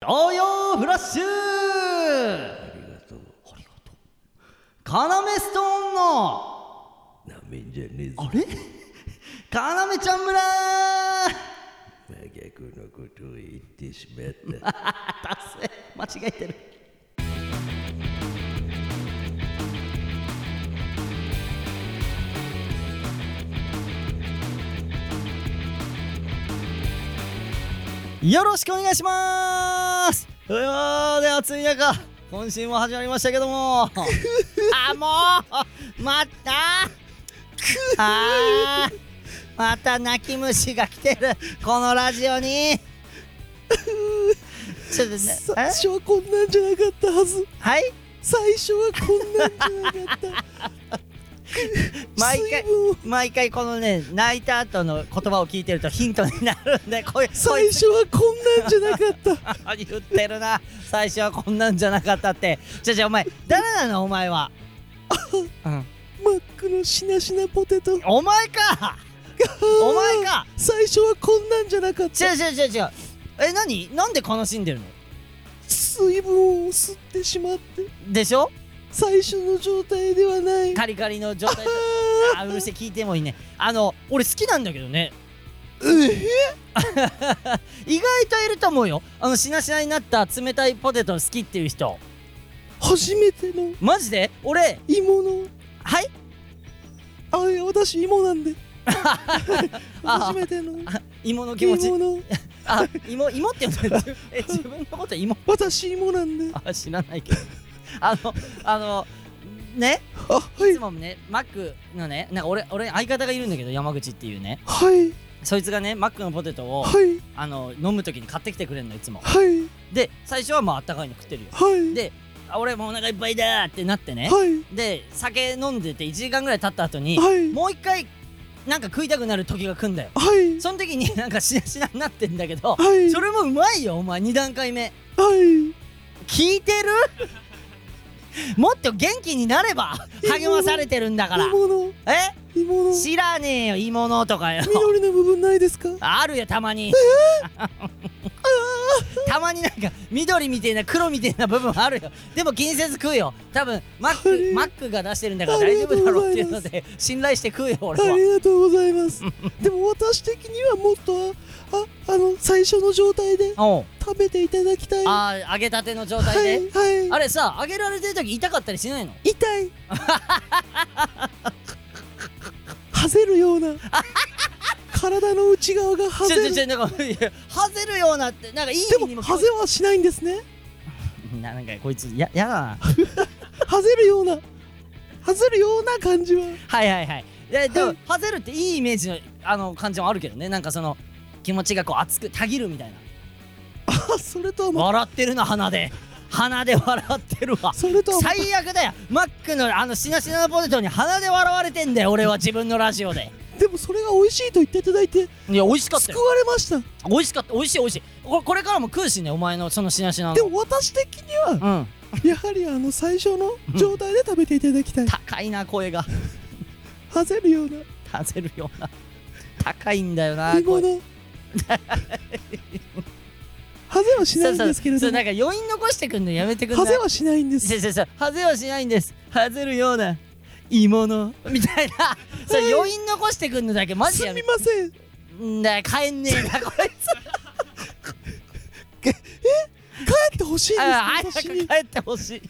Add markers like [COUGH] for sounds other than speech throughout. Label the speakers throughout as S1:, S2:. S1: 東洋フラッシュ
S2: ありがとうありがと
S1: カナメストーンの
S2: うなめんじゃねえぞ
S1: あれカナメちゃん村
S2: 真逆のことを言ってしま [LAUGHS] った
S1: 達成間違えてるよろしくお願いしますうわーで暑い中今週も始まりましたけどもあもうまたあーまた泣き虫が来てるこのラジオにちょっとね
S2: 最初はこんなんじゃなかったはず
S1: えはい
S2: 最初は [LAUGHS] こんなんじゃなかった
S1: 毎回
S2: 水分を
S1: 毎回このね泣いた後の言葉を聞いてるとヒントになる [LAUGHS] んでこういうこ
S2: 最
S1: いつ
S2: 初はこんなんじゃなかった
S1: 言ってるな最初はこんなんじゃなかったってじゃあじゃあお前誰なのお前は、 [LAUGHS] うん、
S2: マックのしなしなポテト
S1: お前かお前か
S2: 最初はこんなんじゃなかっ
S1: 違う
S2: た
S1: 違う違う違うえ何なんで悲しんでるの
S2: 水分を吸ってしまって
S1: でしょ
S2: 最初の状態ではない
S1: カリカリの状 [LAUGHS] 態であうるせえ聞いてもいいねあの俺好きなんだけどね
S2: え
S1: 意外といると思うよあのしなしなになった冷たいポテト好きっていう人
S2: 初めての
S1: マジで俺
S2: 芋の
S1: はい
S2: あいや私芋なん [LAUGHS] で
S1: あ
S2: 初めての
S1: 芋の気持ち
S2: 芋の
S1: あ芋芋って呼んだえ自分のこと芋 [LAUGHS]
S2: 私芋なんで
S1: あ知らないけどあのあのね
S2: あはいい
S1: つもねマックのねなんか俺俺相方がいるんだけど山口っていうね
S2: はい
S1: そいつがねマックのポテトを
S2: はい
S1: あの飲む時に買ってきてくれるのいつも
S2: はい
S1: で最初はまああったかいの食ってるよ
S2: はい
S1: であ俺もうお腹いっぱいだーってなってね
S2: はい
S1: で酒飲んでて1時間ぐらい経った後に
S2: はい
S1: もう一回なんか食いたくなる時が来んだよ
S2: はい
S1: その時になんかしなしなになってんだけど
S2: はい
S1: それもうまいよお前2段階目
S2: はい
S1: 聞いてる
S2: [LAUGHS]
S1: もっと元気になれば励まされてるんだから
S2: 芋の
S1: え
S2: 芋の
S1: 知らねえよいものとかよ
S2: 緑の部分ないですか
S1: あるよたまに [LAUGHS] たまになんか緑みたいな黒みたいな部分あるよでも気にせず食うよ多分マ
S2: あ
S1: ック
S2: れ
S1: マックが出してるんだから大丈夫だろうっていうので信頼して食うよ俺
S2: あ
S1: は
S2: りがとうござ
S1: [LAUGHS]
S2: いますでも私的にはもっとあああの最初の状態で
S1: おう
S2: 食べていただきたいは
S1: あー揚げたての状
S2: い
S1: 態で、
S2: はい
S1: あれさ揚げられてる時痛かったりしないの
S2: 痛いはぜる
S1: [LAUGHS]
S2: ような体の内側がは
S1: ち
S2: ぜ
S1: ょちょ
S2: る
S1: ちょなんかいやはぜるようなってなんかいい意味
S2: で
S1: にも
S2: もはぜはしないんですね
S1: ななんかこいつややだな
S2: はぜるようなはぜるような感じは
S1: はいはいはいででも、
S2: はい
S1: ハゼルっていいイメージのあの感じもあるけどねなんかその気持ちがこう熱くたぎるみたいな
S2: あそれとはま
S1: 笑ってるな鼻で鼻で笑ってるわ
S2: それとはま
S1: 最悪だよマックのあのしなしなのポテトに鼻で笑われてんだよ俺は自分のラジオで
S2: でもそれが美味しいと言っていただいて
S1: いや美味しかった
S2: 救
S1: よ
S2: われました
S1: 美味しかった美味しい美味しいここれからも食うしねお前のそのしなしなの
S2: でも私的には
S1: うん
S2: やはりあの最初の状態で食べていただきたい
S1: 高いな声が
S2: はぜるような
S1: はぜるような高いんだよな
S2: 芋
S1: 声
S2: [LAUGHS] のはぜはしないんですけれ
S1: そう
S2: ど
S1: そう
S2: も
S1: なんか余韻残してくんのやめてくん
S2: は
S1: ない
S2: ぜはしないんです
S1: そうそうそうハゼはしないんですハゼるような芋のみたい
S2: [LAUGHS]
S1: なそう
S2: はい
S1: 余韻残してくんのだけマジ
S2: す
S1: やめ
S2: みません
S1: んだよ帰んねえなこ
S2: [LAUGHS]
S1: いつ
S2: 帰ってほしいん
S1: あ早
S2: です
S1: く
S2: 私
S1: 帰
S2: に
S1: ってほしい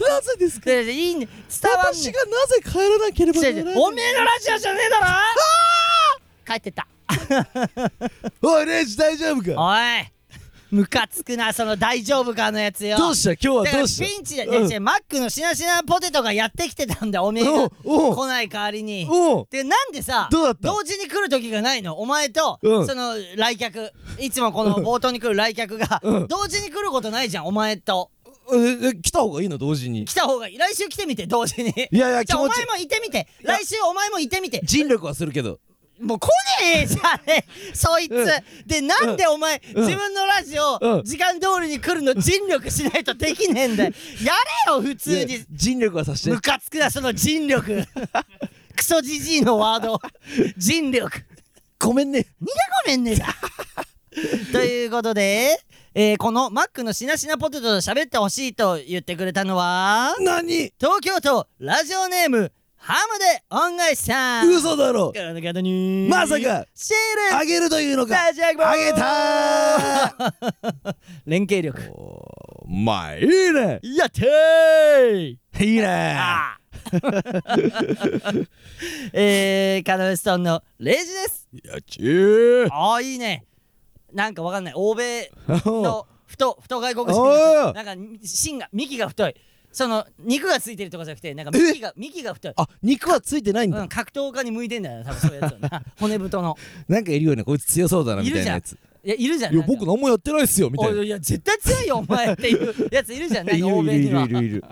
S2: なぜですか
S1: ででいいね伝わんね
S2: 私がなぜ帰らなければな
S1: え
S2: らない
S1: おめえのラジオじゃねえだろ帰ってった
S2: おいレイジ大丈夫か
S1: おいムカつくなその大丈夫かのやつよ
S2: どうした今
S1: だ
S2: 日
S1: から
S2: はど
S1: ピ
S2: うし
S1: ンチで、
S2: う
S1: ね
S2: ん
S1: 違うマックのしなしなポテトがやってきてたんだよおめえ
S2: た
S1: が
S2: おう
S1: 来ない代わりに
S2: おう
S1: でなんでさ
S2: どうだった
S1: 同時に来る時がないのお前と、
S2: うん
S1: その来客いつもこの冒頭に来る来客が、
S2: うん
S1: 同時に来ることないじゃんお前と
S2: おうええ来た方がいいの同時に
S1: 来た方がいい来週来てみて同時に
S2: いやいや
S1: じ
S2: 気
S1: ゃあお
S2: 持ち
S1: 前もいてみて来週お前もいてみて
S2: 尽力はするけど
S1: もう来ねえじゃねそいつ、
S2: う
S1: でなんでお前、
S2: うん
S1: 自分のラジオ、
S2: うん
S1: 時間通りに来るの尽力しないとできねえんだよやれよ普通
S2: いや
S1: に
S2: 尽力はさせて
S1: ムカつくなその尽
S2: [LAUGHS]
S1: 力クソじじいのワード尽力
S2: ごめんね [LAUGHS]
S1: ごめんねだということで、えーこのマックのしなしなポテトと喋ってほしいと言ってくれたのは
S2: 何
S1: 東京都ラジオネームハムで恩返しさん
S2: 嘘だろ
S1: 体の方に
S2: まさか
S1: シー
S2: あ
S1: ル
S2: げるというのか
S1: 差し上げます
S2: あげた
S1: 連携力
S2: ーおまあいいね
S1: やってー
S2: いいね
S1: あー [LAUGHS] えー、カノエストーンのレイジ
S2: [LAUGHS]
S1: です
S2: やっちー
S1: ああいいねなんかわかんない欧米の太太外国
S2: お
S1: 人
S2: う
S1: なんか芯が幹が太いその肉がついてるとかじゃなくてなんか幹が幹が太い、
S2: あ肉はついてないんだ、
S1: うん、格闘家に向いてんだよな多分そういうやつは
S2: [LAUGHS]
S1: な骨太の
S2: なんかいるよねこいつ強そうだなみたいなやつ
S1: いやいるじゃん
S2: いや
S1: なんか
S2: 僕何もやってないっすよみたい
S1: お
S2: ない
S1: や絶対強いよお前っていうやついるじゃんないい
S2: る
S1: 欧
S2: [LAUGHS] いる
S1: 米
S2: い
S1: には
S2: るいるいる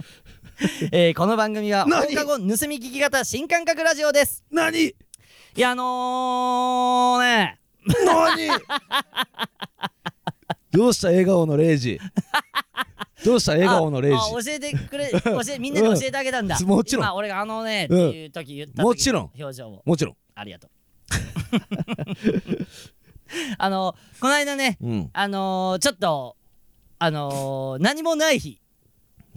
S1: えーこの番組は放
S2: 何
S1: 課後盗み聞き型新感覚ラジオです
S2: 何
S1: いやあのー、ね
S2: 何どうした笑顔のレイジどうした笑顔のレイ
S1: ああ
S2: ジ
S1: 教えてくれ教えみんなに教えてあげたんだ、
S2: うん [LAUGHS] もちろん
S1: 今俺があのね、
S2: うん
S1: っていう時言った時の
S2: もちろん
S1: 表情を
S2: もちろん
S1: ありがとう [LAUGHS] あのこの間ね
S2: うん
S1: あのー、ちょっとあのー、何もない日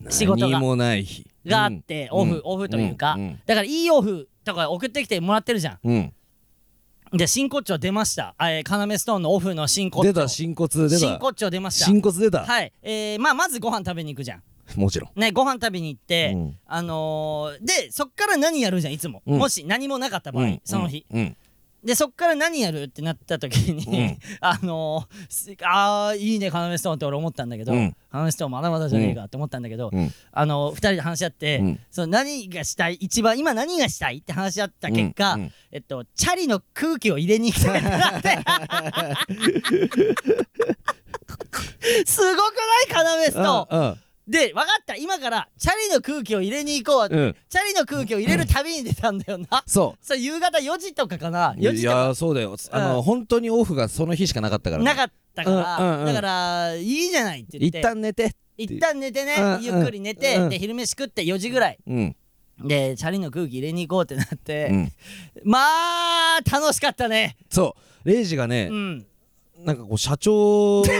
S1: 仕事が
S2: 何もない日
S1: があって、
S2: うん
S1: オフオフというか、
S2: うんうん
S1: だからいいオフとか送ってきてもらってるじゃん
S2: うん
S1: で真骨頂出ましたあえー、要ストーンのオフの真骨
S2: 出
S1: 頂
S2: た新骨出
S1: 真
S2: た
S1: 骨頂出ました
S2: 新骨出た
S1: はいえー、まあまずご飯食べに行くじゃん
S2: もちろん
S1: ねご飯食べに行って、
S2: うん
S1: あのー、でそっから何やるじゃんいつも、
S2: うん
S1: もし何もなかった場合、
S2: うん
S1: その日、
S2: うん
S1: でそっから何やるってなった時に、
S2: うん
S1: [LAUGHS] あのーす、あーいいね要ストーンって俺思ったんだけど、
S2: うん
S1: 要ストーンまだまだじゃねえかって思ったんだけど、
S2: うん
S1: あのー、2人で話し合って、
S2: うん
S1: その何がしたい一番今何がしたいって話し合った結果、
S2: うんうん
S1: えっとチャリの空気を入れに行きたいってなって
S2: [LAUGHS]
S1: すごくない要ストーンで分かった今からチャリの空気を入れに行こう、
S2: うんうん
S1: チャリの空気を入れる旅に出たんだよな
S2: そ
S1: そう夕方4時とかかな
S2: う
S1: 4
S2: い
S1: 時とか
S2: やそうだよあの本当にオフがその日しかなかったからね
S1: なかったから、
S2: うんうんうん
S1: だからいいじゃないって言っ
S2: 一
S1: て
S2: 旦寝て
S1: 一旦寝てね、
S2: うんうん
S1: ゆっくり寝て、
S2: うん
S1: で昼飯食って4時ぐらい
S2: うん
S1: でチャリの空気入れに行こうってなって、
S2: うん
S1: まあ楽しかったね
S2: そうレイジがね
S1: うん
S2: なんかこう
S1: [LAUGHS]
S2: 社長 [LAUGHS]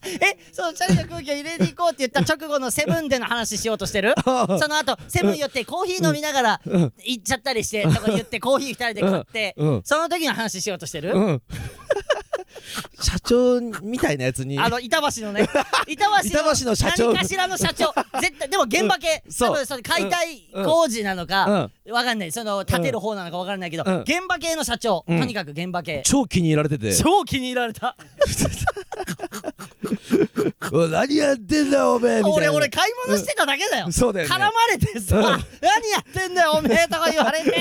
S1: えそのチャリの空気を入れに行こうって言った直後のセブンでの話しようとしてる
S2: あ
S1: その後セブン寄ってコーヒー飲みながら
S2: うん
S1: 行っちゃったりしてとか言ってコーヒー2人で買って
S2: うん
S1: その時の話しようとしてる、
S2: うん [LAUGHS] 社長みたいなやつに
S1: あの板橋のね
S2: [LAUGHS]
S1: 板橋の
S2: 板橋の社長
S1: 何かしらの社長絶対でも現場系、
S2: うんそう
S1: 多分その解体工事なのか、わかんないその建てる方なのかわからないけど、
S2: うん
S1: 現場系の社長、
S2: うん
S1: とにかく現場系
S2: 超気に入られてて
S1: 超気に入られた
S2: 「おい何やってんだおめえ」みたい
S1: 俺
S2: な
S1: 俺買い物してただけだよ、
S2: うんそうだよね
S1: 絡まれてさ、
S2: うん
S1: 何やってんだよおめえとか言われて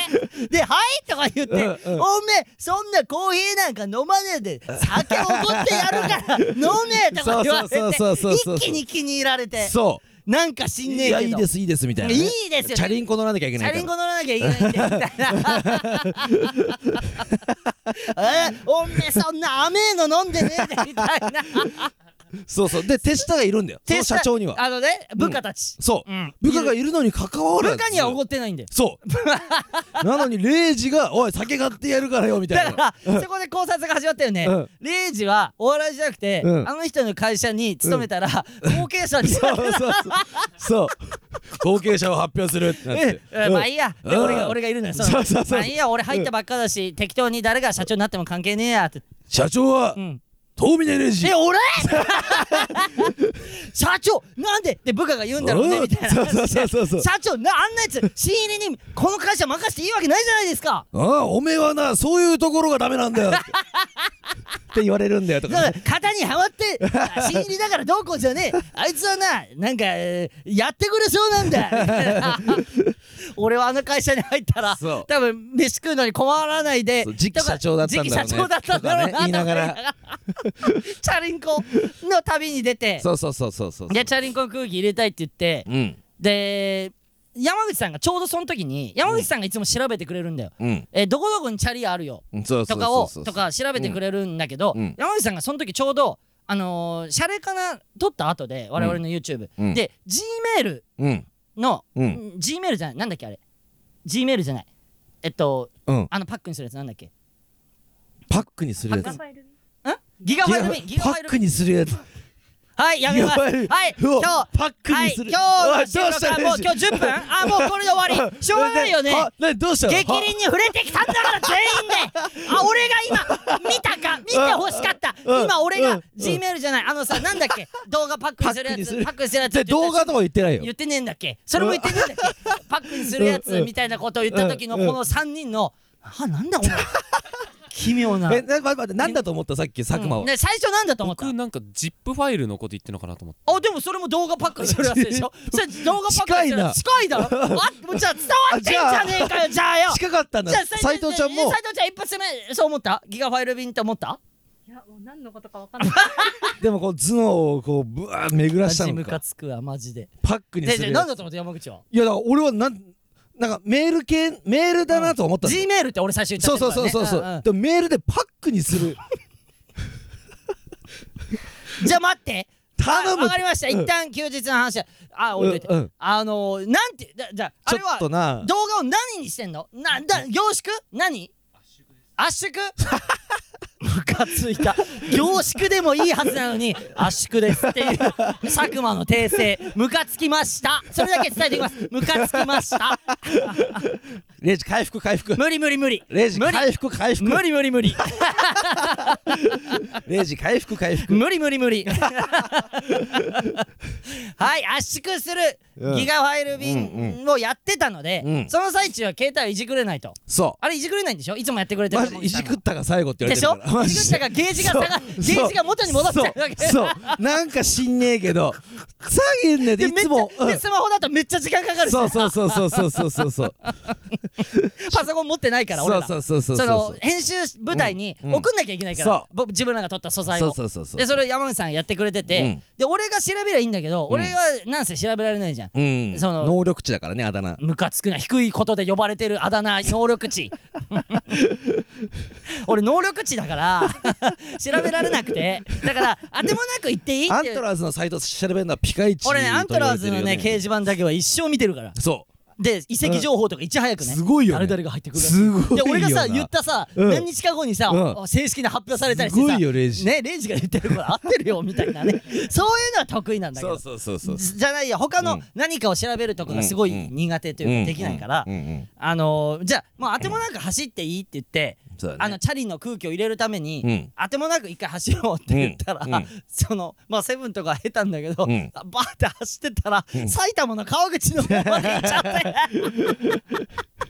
S1: で「はい」とか言って、
S2: うんうん
S1: おめえそんなコーヒーなんか飲まねえで酒おごってやるから飲め」とか言われて
S2: そうそうそうそうそう
S1: 一気に気に入られて
S2: そ
S1: なんかし
S2: うんい
S1: ねえけど
S2: やいいですいいですみたいなね、
S1: いいですよ
S2: チャリンコ乗らなきゃいけ
S1: チ
S2: な
S1: ャ
S2: いか
S1: リン
S2: ら
S1: コ乗らなきゃいけないんだよみたいな [LAUGHS] えーおめえそんな甘えの飲んでねえでみたいな
S2: そうそうで手下がいるんだよその社長には
S1: あのね部下たち、
S2: そう、
S1: うん
S2: 部下がいるのに関わら
S1: 部
S2: ず
S1: 下には怒ってないんだよ
S2: そう
S1: [LAUGHS]
S2: なのにレイジが「おい酒買ってやるからよ」みたい
S1: だ [LAUGHS]
S2: な
S1: からそこで考察が始まったよね、
S2: うん
S1: レイジはお笑いじゃなくて、
S2: うん
S1: あの人の会社に勤めたら、後継者に
S2: そうそうそうそう後継者を発表するってなって
S1: えーまあいいや、で
S2: うん
S1: 俺が俺がいるのよ
S2: そうそうそう
S1: まあいいや俺入ったばっかだし、適当に誰が社長になっても関係ねえやって、
S2: 社長は、
S1: うん、
S2: 遠峰レイジ
S1: え俺社長なんでって部下が言うんだろうね
S2: うん
S1: みたいな話で
S2: そうそうそうそう
S1: 社長なあんなやつ新入りにこの会社任せていいわけないじゃないです
S2: [LAUGHS]
S1: か
S2: ああおめえはなそういうところがダメなんだよって [LAUGHS] って言われるんだよと
S1: だか
S2: か
S1: ら型にはまってあ新入りだからどうこうじゃ
S2: [LAUGHS]
S1: ねえあいつはななんか、えーやってくれそうなんだみたい
S2: [LAUGHS]
S1: な俺はあの会社に入ったら
S2: そう
S1: 多分飯食うのに困らないで
S2: そう次期社長だったんだろう
S1: 次
S2: ね
S1: 期社長だったんだろうな
S2: とかね言いながら
S1: と思いながら [LAUGHS] チャリンコの旅に出て
S2: そうそうそうそうそう
S1: でチャリンコの空気入れたいって言って
S2: うん
S1: で山口さんがちょうどその時に山口さんがいつも調べてくれるんだよ、
S2: うん
S1: えどこどこにチャリあるよ
S2: うんそうそ
S1: と
S2: う
S1: かを
S2: そうそ
S1: と
S2: う
S1: か調べてくれるんだけど、
S2: うん
S1: 山口さんがその時ちょうどあのー、シャレかな撮った後で我々の YouTube、
S2: うん
S1: で G メール
S2: うん
S1: の、
S2: うん
S1: G メールじゃないなんだっけあれ G メールじゃないえっと
S2: うん
S1: あのパックにするやつなんだっけ
S2: パックにするやつ
S3: ファイル
S1: んギガファイルミ
S2: い
S1: ギ
S2: や
S1: ガ
S2: パ
S1: ファイ
S2: ッ
S1: ル
S2: ク
S1: ミ
S2: にするやつ
S1: はいやめます
S2: や
S1: は
S2: ばい
S1: いう今
S2: わ
S1: 日
S2: パック
S1: は
S2: に
S1: い
S2: する
S1: 今
S2: おい
S1: 日
S2: どう
S1: の収
S2: した
S1: 録はもう今日10分あもうこれで終
S2: [LAUGHS]
S1: わりしょうがないよね
S2: あ何どうしたの
S1: 激鱗に触れてきたんだから全員であ俺が今見たか見てほしかった
S2: うん
S1: 今俺
S2: う
S1: が
S2: ん
S1: G メールじゃないあのさなんだっけ動画パックにするやつパ
S2: パ
S1: ックにするやつ
S2: で動画とか言ってないよ
S1: 言ってねえんだっけそれも言ってねえんだっけパックにするやつみたいなことを言った時の
S2: う
S1: こ
S2: んうん
S1: の3人のあなんだお前奇妙な
S2: えな待って待って何だと思ったさっき佐久間
S1: う
S2: は
S1: んね最初なんだと思った
S3: 僕なんか ZIP ファイルのこと言ってるのかなと思って
S1: あでもそれも動画パックにするやつでしょ [LAUGHS] それ動画パックにするやつ近いだろあもうじゃあ伝わってんじゃねえかよじゃあよ
S2: 近かったんだ
S1: じゃあ
S2: 斎藤ちゃんも
S1: 斎藤ちゃん一発目そう思ったギガファイル便って思った
S4: いや、もう何のことかわかんない。
S2: でもこう頭脳をこうぶわー巡らしたの
S1: ムカ
S2: か
S1: つくわマジで
S2: パックに
S1: ですで
S2: る
S1: な
S2: や
S1: ん
S2: つ
S1: だと思った山口はい
S2: やだから俺はなんなんかメール系メールだなと思ったんだ
S1: G メールって俺最初言っちゃ
S2: そ
S1: っ
S2: う
S1: た
S2: そ
S1: か
S2: う
S1: ら
S2: そう
S1: ね
S2: そうそ
S1: んん
S2: うでもメールでパックにする
S1: じゃあ待って
S2: 頼
S1: あ
S2: む
S1: わかりました一旦休日の話はあ置いといて
S2: うんうん
S1: あのーなんてだじゃああ
S2: ちょ
S1: れは
S2: っと [LAUGHS] な
S1: 動画を何にしてんのなだ凝縮何圧縮
S2: [LAUGHS]
S1: ムカついた凝縮でもいいはずなのに圧縮ですっていう佐久間の訂正ムカつきましたそれだけ伝えておきますムカつきました
S2: レイジ回復回復
S1: 無理無理無理
S2: レイジ
S1: 無理
S2: 回復回復
S1: 無理無理無理
S2: レイジ回復回復
S1: 無理無理
S2: [LAUGHS]
S1: 無理はい圧縮す
S2: う
S1: る
S2: ん
S1: ギガファイル便をやってたので、
S2: うん
S1: その最中は携帯をいじくれないと
S2: そ
S1: あれいじくれないんでしょいつもやってくれ
S2: う
S1: てる
S2: マ
S1: と
S2: ジ
S1: 思う
S2: いじくったが最後って言わ
S1: でして
S2: れる
S1: ょ
S2: からマ
S1: いじくっ
S2: ジ
S1: た
S2: で
S1: がゲージが下がゲージが元に戻っちゃうわけ
S2: そうそうなんか知んねえけど下げんねで
S1: で
S2: い
S1: めっち
S2: つも
S1: ゃでスマホだとめっちゃ時間かか
S2: うん
S1: るし
S2: そうそうそうそうそうそうそうそう
S1: パソコン持ってないから俺
S2: そう
S1: ら
S2: そうそうそう
S1: そ
S2: そ
S1: の
S2: う
S1: 編集舞台に
S2: うんうん
S1: 送んなきゃいけないか
S2: そう
S1: ら僕自分らが撮った素材
S2: そ
S1: を
S2: うそうそうそう
S1: でそれを山口さんやってくれて
S2: う
S1: て
S2: ん
S1: で俺が調べりゃいいんだけど俺がなんせ調べられないじゃん
S2: うん
S1: その
S2: 能力値だからねあだ名
S1: ムカつくな低いことで呼ばれてるあだ名能力
S2: [LAUGHS]
S1: 値俺能力値だから [LAUGHS] 調べられなくてだから当てもなく言っていいっ
S2: アン
S1: てい
S2: ト
S1: う
S2: ラーズのサイト調べるのはピカイチ
S1: 俺ねアントラーズのね掲
S2: 刑
S1: 示
S2: 事
S1: 板だけは一生見てるから
S2: そ
S1: で遺跡情報とかいち早く
S2: う
S1: ね
S2: すごいよ
S1: 誰
S2: ね
S1: 々が入ってくる
S2: すごい
S1: で
S2: よな
S1: 俺がさ言ったさ、
S2: うん
S1: 何日か後にさ、
S2: う
S1: 正式に発表されたりし
S2: す
S1: て
S2: ご
S1: さ
S2: いよレイジ
S1: ねレイジが言ってるから合ってるよみたいな
S2: [LAUGHS]
S1: ねそういうのは得意なんだけ
S2: そ
S1: ど
S2: うそうそうそう
S1: じゃないや他
S2: う
S1: の
S2: ん
S1: 何かを調べるとかがすごい苦手というかできないから、
S2: うんうんうん
S1: あのーじゃあもう当てもなく走っていいって言って、
S2: そうだね
S1: あのチャリの空気を入れるために、
S2: うん
S1: 当てもなく一回走ろうって言ったら、
S2: うんうん
S1: そのまあセブンとか下手んだけど、
S2: うん
S1: バーって走ってたら、埼玉の川口の方まで行っち
S2: [LAUGHS]
S1: ゃってちょっと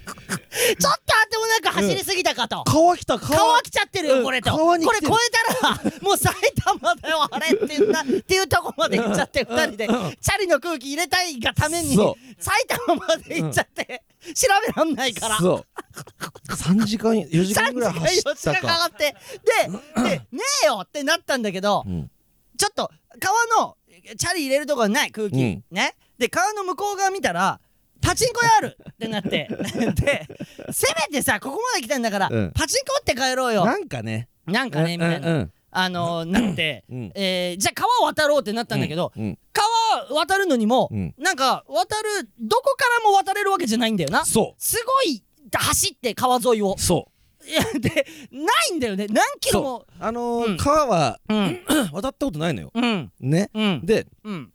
S1: 当てもなく走りすぎたかと。
S2: 川来た川
S1: 川来ちゃってる
S2: う
S1: よ
S2: ん
S1: これと、
S2: 川に
S1: こ
S2: 来
S1: れ
S2: て
S1: 超
S2: る
S1: えたらもう埼玉だよあれって言ったっていうとこまで行っちゃって2人でチャリの空気入れたいがために
S2: そ
S1: 埼玉まで行っちゃって調べらんないから
S2: そう3時間4時間
S1: 3
S2: ぐ
S1: 時
S2: らい
S1: 間
S2: 走
S1: 4
S2: っ
S1: 時間
S2: た
S1: か
S2: か
S1: かってで
S2: [LAUGHS]
S1: でねえよってなったんだけど
S2: うん
S1: ちょっと川のチャリ入れるとこない空気、
S2: うん
S1: ねで川の向こう側見たらパチンコ屋あ
S2: [LAUGHS]
S1: るってなって [LAUGHS] でせめてさここまで来たんだから、
S2: うん
S1: パチンコ打って帰ろうよ
S2: なんかね
S1: なんかねみたいな、
S2: うんうん
S1: あのーなって、
S2: うん
S1: えーじゃあ川渡ろうってなったんだけど、
S2: うん
S1: 川渡るのにも、
S2: うん
S1: なんか渡るどこからも渡れるわけじゃないんだよな
S2: そ
S1: すごい走って川沿いを
S2: うそ
S1: いや [LAUGHS] でないんだよね何
S2: う
S1: キロ
S2: そ
S1: も
S2: うあの
S1: うん
S2: ー川は
S1: うん
S2: 渡ったことないのよ
S1: うん
S2: ね
S1: うん
S2: で
S1: うん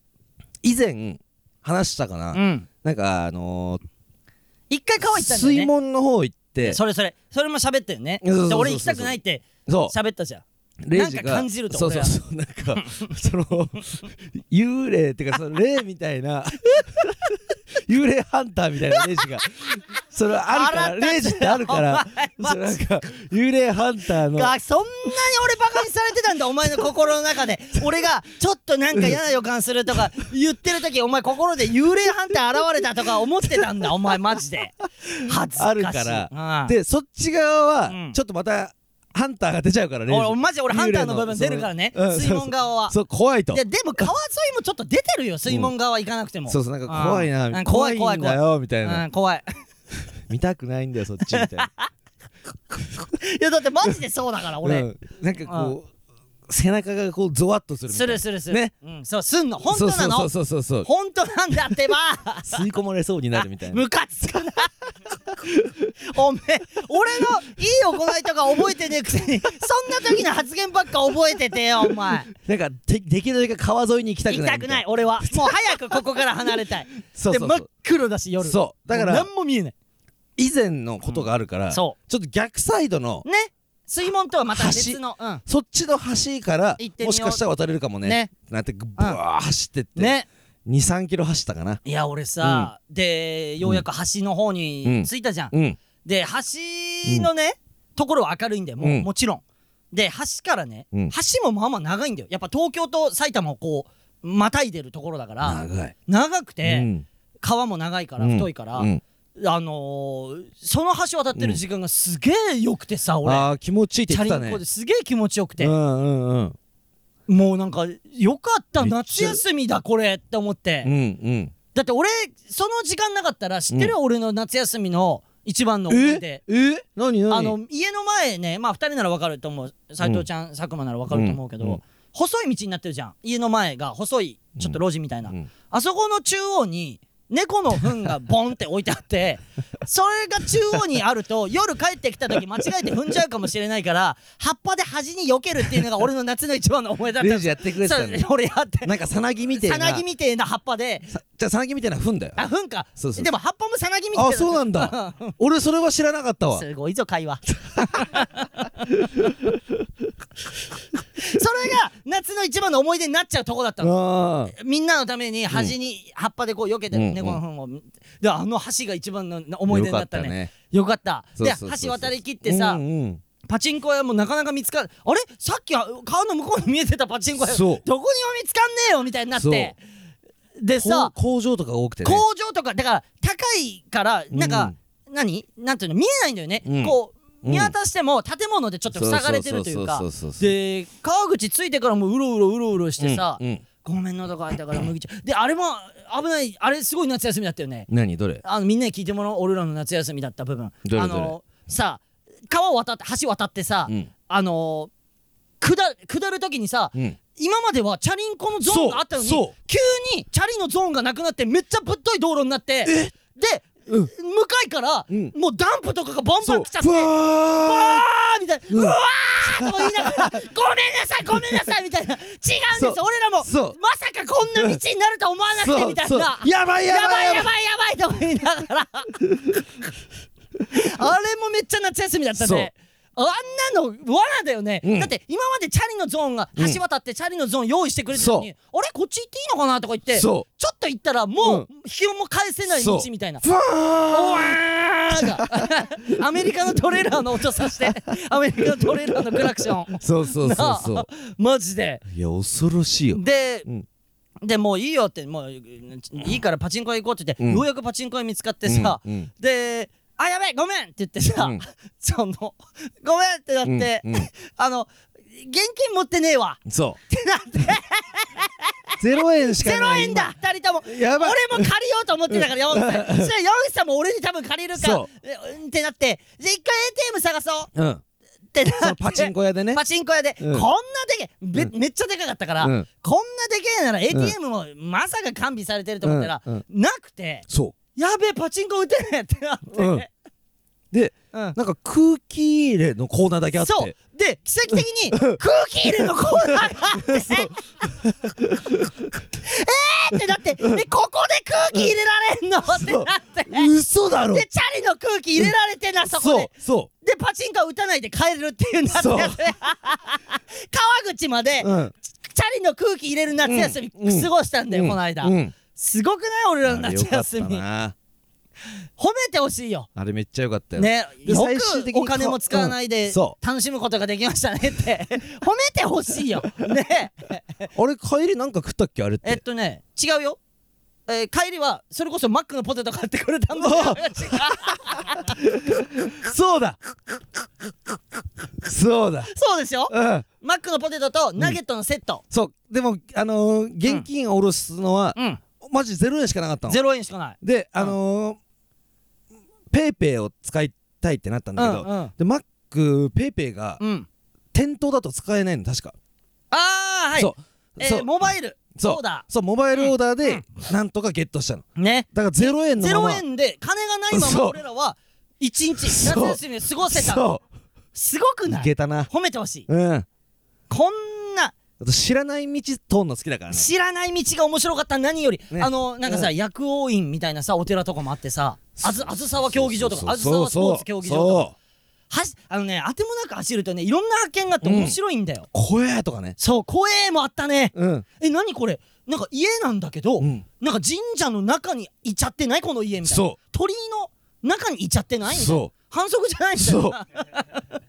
S2: 以前話したかな
S1: うん
S2: なんかあの
S1: 一回川行ったんだよね
S2: 水門の方行って
S1: それそれそれも喋ったよね
S2: そうそうそう
S1: で
S2: そう
S1: 俺行きたくないって
S2: そう
S1: 喋ったじゃん
S2: レイジが
S1: なんか感じると
S2: そう
S1: 俺
S2: そ
S1: は
S2: うそうなんか [LAUGHS] その幽霊っていうかその霊みたいな [LAUGHS] 幽霊ハンターみたいなレイジがそれあるから
S1: 腹立つ
S2: レイジってあるから
S1: お前
S2: それなんか幽霊ハンターの
S1: がそんなに俺バカにされてたんだお前の心の中
S2: [LAUGHS]
S1: で俺がちょっとなんか嫌な予感するとか言ってる時お前心で幽霊ハンター現れたとか思ってた
S2: [LAUGHS]
S1: んだお前マジで恥ずかしい
S2: あるから
S1: うん
S2: でそっち側
S1: うん
S2: はちょっとまたハンターが出ちゃうからレイジ
S1: 俺マジで俺ハンターの部分
S2: 幽霊
S1: 出
S2: の
S1: るからね
S2: そのうん
S1: 水門側は
S2: そう怖いと
S1: いやでも川沿いもちょっと出てるよ水門側行かなくても
S2: そうそうなんか怖いな
S1: うん
S2: 怖
S1: 怖
S2: い
S1: い怖い
S2: ん
S1: 怖
S2: だ
S1: い
S2: よみたい
S1: うん
S2: な
S1: 怖い [LAUGHS]
S2: 見たくないんだよそっちみたいな
S1: いやだってマジでそうだから俺
S2: うんなんかこう背中がこうゾワッとするみた
S1: す
S2: いな
S1: るするする
S2: ね
S1: うんそうすんの本当なの
S2: そうそうそうそうそう
S1: 本当なんだってば
S2: 吸い込まれそうになるみたい
S1: [LAUGHS]
S2: な
S1: ムカつくなおめえ俺のいい行いとか覚えてねえくせにそんな時の発言ばっか覚えててよお前
S2: なんかでできるだけ川沿いに行きた
S1: 行
S2: く
S1: き
S2: ない
S1: た
S2: み
S1: く
S2: た
S1: ないい俺はもう早くここから離れたい
S2: そうそう
S1: で
S2: そ
S1: 真っ
S2: う
S1: 黒だし夜
S2: そうだか
S1: も
S2: ら
S1: う何も見えない
S2: 以前のことがあるから、ちょ
S1: そ
S2: っと逆サイドの
S1: うね水門とはまた別のうん
S2: そっちの橋から
S1: 行ってみよう
S2: もしかしたら渡れるかもね
S1: ね
S2: なんてブワー走ってって、
S1: ね
S2: 23キロ走ったかない
S1: や俺さ、でようやく橋の方に着いたじゃん、
S2: うん
S1: で橋のね、ところは明るいんだよも,、う
S2: うん
S1: もちろんで橋からね、
S2: うん
S1: 橋もまあまあ長いんだよやっぱ東京と埼玉をこうまたいでるところだから
S2: 長い、
S1: 長くて、
S2: うん
S1: 川も長いから
S2: うん
S1: 太いから、
S2: うん
S1: あのーその橋渡ってる時間がすげえ良くてさ俺、
S2: あー気持ちいいって
S1: チャ
S2: 言って
S1: リ
S2: た
S1: ン
S2: ね
S1: コですげえ気持ちよくて、
S2: うんうんうん
S1: もうなんかよかった
S2: めっち
S1: 夏
S2: ゃ
S1: 休みだこれって思って、
S2: うん
S1: だって俺その時間なかったら知ってる、俺の夏休みの一番の
S2: うん
S1: 思い
S2: え
S1: 出
S2: え何何
S1: あの家の前ねまあ2人なら分かると思う斎藤ちゃん、佐久間なら分かると思うけど、
S2: うんうん
S1: 細い道になってるじゃん家の前が細いちょっと路地みたいな、
S2: うん
S1: あそこの中央に猫の糞がボンって置いてあって
S2: [LAUGHS]
S1: それが中央にあると夜帰ってきた時間違えて踏んじゃうかもしれないから葉っぱで端に避けるっていうのが俺の夏の一番の思い出だ
S2: レ
S1: っ
S2: イジやってくれて
S1: た
S2: た
S1: の
S2: ね
S1: そう俺やって
S2: なんかさなぎみてえな
S1: さなぎみてえな葉っぱで
S2: さじゃあさなぎみてえなふんだよ
S1: あ、糞か。
S2: そうそう
S1: でも葉っぱもさなぎみたいな。
S2: あそうな
S1: [LAUGHS]
S2: んだ俺それは知らなかったわ
S1: すごいぞ会
S2: [LAUGHS]
S1: 話。それが夏の一番の思い出になっちゃうとこだったの。
S2: あ
S1: みんなのために端に葉っぱでこう避けて
S2: うん
S1: 猫の糞を、であの橋が一番の思い出になったね
S2: ね
S1: よかった
S2: そうそうそうそう
S1: で橋渡りきってさ、
S2: うんうん
S1: パチンコ屋もなかなか見つかるあれさっきは川の向こうに見えてたパチンコ屋ど
S2: そう
S1: こにも見つかんねえよみたいになってで
S2: こ
S1: さ
S2: う工場とか多くてね
S1: 工場とかだから高いからなんか、何なんていうの見えないんだよね、
S2: うん
S1: こう
S2: うん
S1: 見渡しても建物でちょっと塞がれてるというかで川口着いてからもうろうろうろうろしてさ、
S2: うんうん
S1: ごめんのとこ開いたから麦茶であれも危ないあれすごい夏休みだったよね
S2: 何どれ
S1: あのみんなに聞いてもらおう俺らの夏休みだった部分
S2: どれ
S1: あのさ川を渡って橋渡ってさ、
S2: うん
S1: あの下下る時にさ、
S2: うん
S1: 今まではチャリンコのゾーンがあったのに
S2: そうそう
S1: 急にチャリのゾーンがなくなってめっちゃぶっとい道路になってで、
S2: うん
S1: 向かいから、
S2: うん
S1: もうダンプとかがバンバ
S2: そ
S1: ン
S2: う
S1: 来ちゃって
S2: ふ
S1: うわ
S2: わ
S1: ーみたいな、うわーとか言いながらごめんなさいごめんなさいみたいな違うんです
S2: そう
S1: 俺らもまさ
S2: そう
S1: かこんな道になるとは思わな
S2: ー
S1: くて
S2: そう
S1: みたい
S2: そう
S1: な
S2: やばいや
S1: やば
S2: ば
S1: い
S2: い
S1: やばいやばいと思いなが
S2: [LAUGHS]
S1: らあれもめっちゃ夏休みだったねあんなの罠だよね、
S2: うん
S1: だって今までチャリのゾーンが
S2: うん
S1: 橋渡ってチャリのゾーン用意してくれてたのに、あれこっち行っていいのかなとか言ってちょ
S2: そ
S1: っと行ったらも
S2: う
S1: う日をも返せない道
S2: そう
S1: みたいな
S2: うふわ
S1: あーが [LAUGHS] アメリカのトレーラーの音さして
S2: [LAUGHS]
S1: アメリカのトレーラーのクラクション
S2: ーそうそうそう
S1: な
S2: そ
S1: あ [LAUGHS] マジで
S2: ういや恐ろしいよ
S1: で、
S2: うん
S1: でもういいよってもういいからパチンコ屋行こうって言って、
S2: うん
S1: ようやくパチンコ屋見つかってさ、
S2: うんうん
S1: で「あやべえごめん!」って言ってさ、
S2: うん
S1: その「ごめん!」ってなって、
S2: うんうん
S1: あの「現金持ってねえわ」
S2: そ
S1: ってなって
S2: うゼロ円しか
S1: 0
S2: ない
S1: 円だ2人とも
S2: 今や
S1: 俺
S2: ば
S1: も
S2: い
S1: 借りようと思ってたから山口さんそしたら山口さんも俺に多分借りるか
S2: そ
S1: えうんってなってじゃあ一回 ATM 探そう
S2: うん
S1: ってなって
S2: そのパチンコ屋で
S1: [LAUGHS]
S2: ね
S1: パチンコ屋で、
S2: う
S1: こ
S2: ん
S1: んなでけめ,、
S2: う
S1: めっちゃでかかったから、
S2: うん
S1: こんなでけえなら ATM もまさか完備されてると思ったら、
S2: うんうん
S1: なくて
S2: そう
S1: やべえパチンコ打てねえってなって、
S2: うんで
S1: うん
S2: [LAUGHS] なんか空気入れのコーナーだけあって
S1: そうで奇跡的に空気入れのコーナーがあってえーってなってえここで空気入れられんのって
S2: そう
S1: なって
S2: 嘘だろ
S1: でチャリの空気入れられてなそこで
S2: うそ
S1: でパチンコ打たないで帰るっていうなって
S2: そう
S1: 川口まで、
S2: ううん
S1: チャリの空気入れる夏休み、
S2: うん
S1: 過ごしたんだよ、
S2: うん
S1: この間、
S2: うん
S1: すごくない俺らの
S2: あれ
S1: 夏
S2: よかっ
S1: 休
S2: た
S1: み褒
S2: な
S1: めてほしいよ
S2: あれめっちゃ良かったよ
S1: ね
S2: で
S1: よ
S2: 最終的
S1: く
S2: に
S1: お金も使わないうで
S2: んそ
S1: 楽しむことができましたねって褒めてほしい
S2: [LAUGHS]
S1: よね
S2: あれ帰りなんか食ったっけあれって
S1: えっとね違うよえー帰りはそれこそマックのポテト買ってくれたんだよ
S2: あそうだそうだ
S1: [LAUGHS] そうですよ
S2: うん
S1: マックのポテトとナゲットのセット
S2: そうでもあのー現金を下ろすのは
S1: うん
S2: マジ0円しかなかったの
S1: 0円しかない
S2: であのーペイペイを使いたいってなったん
S1: う
S2: だけ
S1: ん
S2: ど
S1: うん
S2: でマックペイペイが
S1: うん
S2: 店頭だと使えないの確か
S1: ああはい
S2: そう
S1: え
S2: そ
S1: ー
S2: う
S1: モバイル
S2: そう
S1: そうだ
S2: そうモバイルオーダーでなんとかゲットしたの
S1: ね
S2: だから0円のまま
S1: 0円で金がないま
S2: そ
S1: ま
S2: う
S1: 俺らは一日夏
S2: そう
S1: 休みを過ごせた
S2: そ
S1: すごく
S2: うい
S1: ない
S2: けたな
S1: 褒めてほしい
S2: うんあ
S1: こんな
S2: と知らない道通んの好きだからね
S1: 知らない道が面白かった何より、
S2: ね
S1: あのなんかさ、薬王院みたいなさお寺とかもあってさあずあずさわ競技場とかあずさわスポーツ競技場とか
S2: か
S1: はしあのねあてもなく走るとねいろんな発見があって面白いんだよ、
S2: 怖えとかね
S1: そう公園もあったね
S2: うん
S1: え何これなんか家なんだけど、
S2: うん
S1: なんか神社の中にいちゃってないこの家みたいな
S2: そ
S1: 鳥居の中にいちゃって
S2: う
S1: ないみたいな
S2: そ
S1: 反則じゃないみ
S2: う
S1: たいな
S2: そう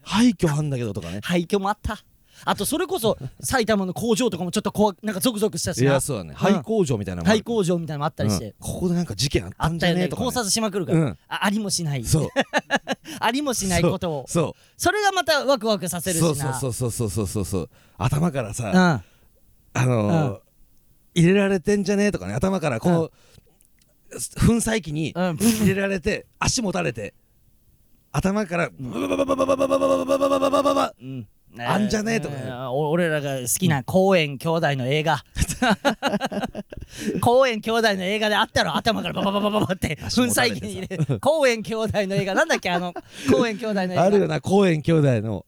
S2: 廃墟あんだけどとかね
S1: 廃墟もあったあとそれ
S2: [LAUGHS]
S1: こそ埼玉の工場とかもちょっと怖くなんかゾクゾクしたし
S2: い
S1: な
S2: やそうだね廃工場みたいなのもある
S1: 廃工場みたいなのもあったりして、
S2: うんここでなんか事件あっ
S1: あ
S2: た
S1: った
S2: んじゃ
S1: よ
S2: ねえ
S1: ね
S2: とかね
S1: 考察しまくるから、
S2: うん
S1: あありもしない
S2: そう
S1: ありもしないことをそ
S2: そう
S1: れがまたワクワクさせるしな
S2: そうそうそうそうそうそうそう頭からさ、
S1: うん
S2: あのー
S1: う
S2: 入れられてんじゃねえとかね頭からこの、粉砕機に
S1: うん
S2: 入れられて、足持たれて頭からババババババババババババババババ
S1: うん
S2: あんじゃねえとかね
S1: うんお俺らが好きな公園兄弟の映画公園兄弟の映画であったろ頭からババババババって粉
S2: 足もたれ
S1: 砕
S2: て
S1: 機
S2: さ
S1: に入れる公園兄弟の映画なんだっけあの公園兄弟の映画
S2: あるよな公園兄弟の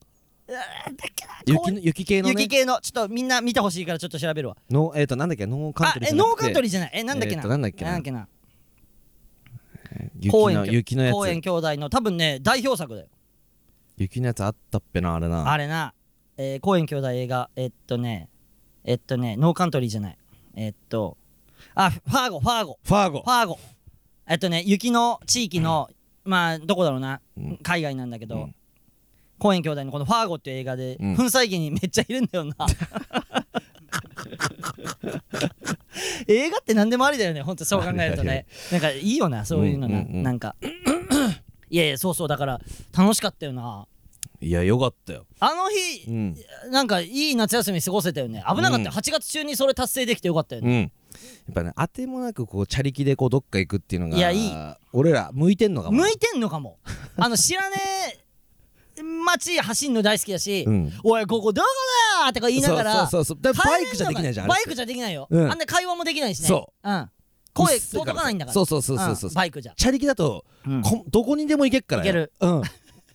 S1: 公
S2: 雪
S1: 園
S2: の雪系のね
S1: 雪系のちょっとみんな見てほしいからちょっと調べるわ
S2: のえっ、となんだっけノーカン
S1: あ
S2: トリー
S1: え
S2: じゃな
S1: ノー
S2: くて
S1: カントリーじゃないえなんだっけ
S2: え
S1: な
S2: ーとなんだっけな
S1: なんだっけな
S2: 雪
S1: 公園
S2: の雪のや
S1: 公園
S2: つ
S1: 兄弟の多分ね代表作だよ
S2: 雪のやつあったっぺなあれな
S1: あれな、えー、公園兄弟映画、えっとね、えっとね、ノーカントリーじゃない。えっと、あ、ファーゴ、ファーゴ、
S2: ファーゴ
S1: ファーゴ。えっとね、雪の地域の、まあ、どこだろうな、
S2: うん
S1: 海外なんだけど、
S2: うん
S1: 公園兄弟のこのファーゴっていう映画で、
S2: うん
S1: 粉砕機にめっちゃいるんだよな。映画って何でもありだよね、ほんとそう考えるとね。なんかいいよな、そういうのな、
S2: うんうんうん
S1: なんか。 [CLEARS THROAT] いやいや、そうそう、だから楽しかったよな。
S2: いやよかったよ、
S1: あの日
S2: う、ん
S1: なんかいい夏休み過ごせたよね危なかったよ、
S2: う
S1: 8月中にそれ達成できてよかったよ
S2: う
S1: ね、
S2: ん、やっぱね当てもなくこうチャリキでこうどっか行くっていうのが
S1: いやいい
S2: 俺ら向いてんのかも
S1: 向いてんのか
S2: [LAUGHS]
S1: もあの知らねえ街走んの大好きだし、
S2: うん
S1: おいここどこだよとか言いながら
S2: そうそうそうそうだからバイクじゃできないじゃん
S1: バイク
S2: じ
S1: じゃできないよ、
S2: うん
S1: あんな会話もできないしね、
S2: そう
S1: ん、声届かないんだから
S2: そうそうそうそうそう、
S1: んバイクじゃ、
S2: チャリキだと、
S1: うん
S2: こどこにでも行けっから
S1: 行
S2: よ
S1: ける
S2: うん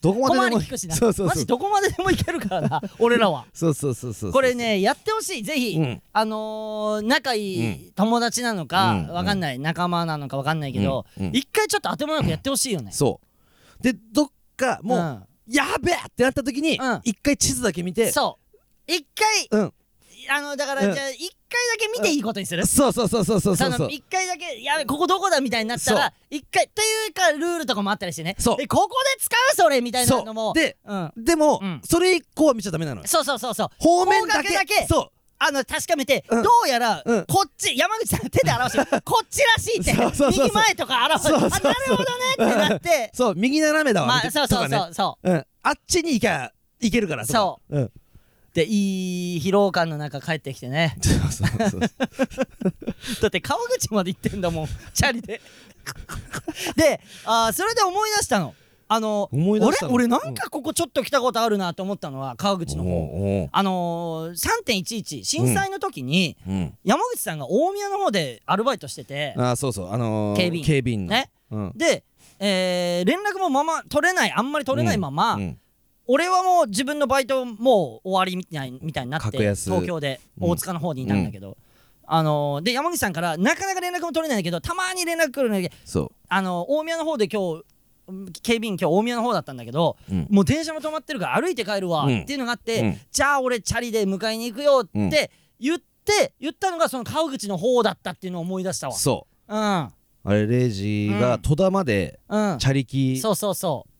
S2: どこま
S1: 小 [LAUGHS] 回
S2: でで
S1: り
S2: も
S1: 聞くしな
S2: そうそう
S1: マ
S2: そう
S1: ジどこまででも行けるから
S2: [LAUGHS]
S1: な俺らは
S2: そうそうそうそう
S1: これねやってほしいぜひ、
S2: うん
S1: あのー、仲いい友達なのか、
S2: うん
S1: わかんない仲間なのかわかんないけど、
S2: うんうん
S1: 一回ちょっと当てもなくやってほしいよね。
S2: そうでどっかもう、やべえってなった時に、
S1: うん
S2: 一回地図だけ見
S1: うん
S2: て
S1: そう一回
S2: うん
S1: あのだから、
S2: うん
S1: じゃあ一回だけ見ていいことにする、
S2: そうそうそうそうそうそう
S1: そ
S2: そ
S1: の
S2: う
S1: 一回だけやべここどこだみたいになった
S2: そう
S1: ら一回というかルールとかもあったりしてね
S2: そう
S1: えここで使うそれみたいなのも
S2: そうで、
S1: うん、
S2: でも、
S1: うん
S2: それ以降は見ちゃダメなのよ
S1: そうそうそうそう
S2: 方面だけ
S1: 方角だけ
S2: そ
S1: あの確かめて、
S2: うん
S1: どうやら、
S2: うん
S1: こっち山口さん手で表
S2: [LAUGHS]
S1: してこっちらしいって
S2: そうそうそうそう
S1: 右前とか表して
S2: そうそうそ
S1: あ
S2: う
S1: なるほどねってなって
S2: うそう右斜めだわ、
S1: ま
S2: み
S1: あ
S2: たい
S1: そ
S2: な
S1: うそう
S2: とか
S1: そうそう、
S2: ね、うん、あっちに行きゃ行けるからとか、
S1: そう
S2: うん、 [LAUGHS]
S1: でいい疲労感の中帰ってきてね
S2: そうそうそう
S1: だって川口まで行ってんだもん [LAUGHS] チャリでであーそれで思い出したのあの
S2: 思い出したの
S1: 俺俺なんかここちょっと来たことあるなと思ったのは川
S2: [LAUGHS]
S1: 口の方
S2: おう
S1: あのー、3.11震災の時に、
S2: おううん
S1: 山口さんが大宮の方でアルバイトしてて
S2: あーそうそうあのー、
S1: 警備員
S2: 警備員の
S1: ね
S2: うん
S1: で、えー連絡もまま取れないあんまり取れないまま、
S2: うん
S1: 俺はもう自分のバイトもう終わりみたいみたいになって
S2: 格安
S1: 東京で
S2: うん
S1: 大塚の方にいたんだけど、あのーで山口さんからなかなか連絡も取れないんだけどたまに連絡来るんだけど、
S2: そ
S1: あのー大宮の方で今日うん警備員今日大宮の方だったんだけど
S2: ううん
S1: もう電車も止まってるから歩いて帰るわ
S2: うん
S1: っていうのがあって、
S2: うん
S1: じゃあ俺チャリで迎えに行くよ
S2: うん
S1: って言って言ったのがその川口の方だったっていうのを思い出したわ
S2: そう
S1: うん
S2: あれレイジが戸田まで
S1: うん
S2: チャリキ
S1: そうそうそう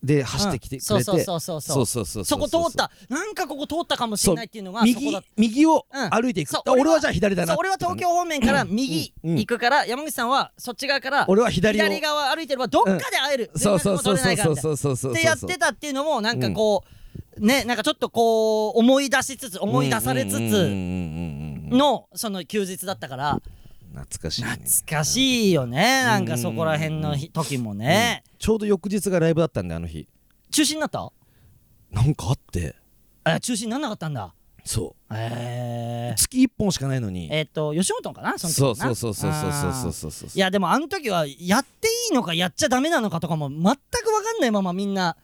S2: で走ってきてく
S1: そう
S2: れて
S1: そうそうそうそう
S2: そうそうそう
S1: そこ通
S2: うう
S1: ったなんかここ通ったかもしれないっていうのがそこ
S2: 右
S1: だった
S2: 右を
S1: うん
S2: 歩いていく
S1: そう
S2: あ俺はじゃあ左だ
S1: そ
S2: な
S1: う俺は東京方面から右
S2: うんうん
S1: 行くから山口さんはそっち側から
S2: 俺は左を
S1: 左側歩いてればどっかで会える連
S2: そう
S1: 絡
S2: そう
S1: も
S2: そ
S1: 取
S2: う
S1: れな
S2: そ
S1: いうから
S2: そ
S1: みたいな
S2: うそうそうそう
S1: ってやってたっていうのもなんかこうねなんかちょっとこう思い出しつつ思い出されつ
S2: うんうんうん
S1: つ
S2: うんうんうん
S1: のその休日だったから
S2: 懐かしいね
S1: 懐かしいよねなんかそこら辺の日時もね
S2: うんちょうど翌日がライブだったんであの日
S1: 中止になった
S2: なんかあって
S1: あ中止にならなかったんだ
S2: そ
S1: え
S2: う月1本しかないのに
S1: えっと吉本かなその時
S2: そうそ
S1: な
S2: うそうそうそうそうそううそうそう
S1: いやでもあの時はやっていいのかやっちゃダメなのかとかも全く分かんないままみんな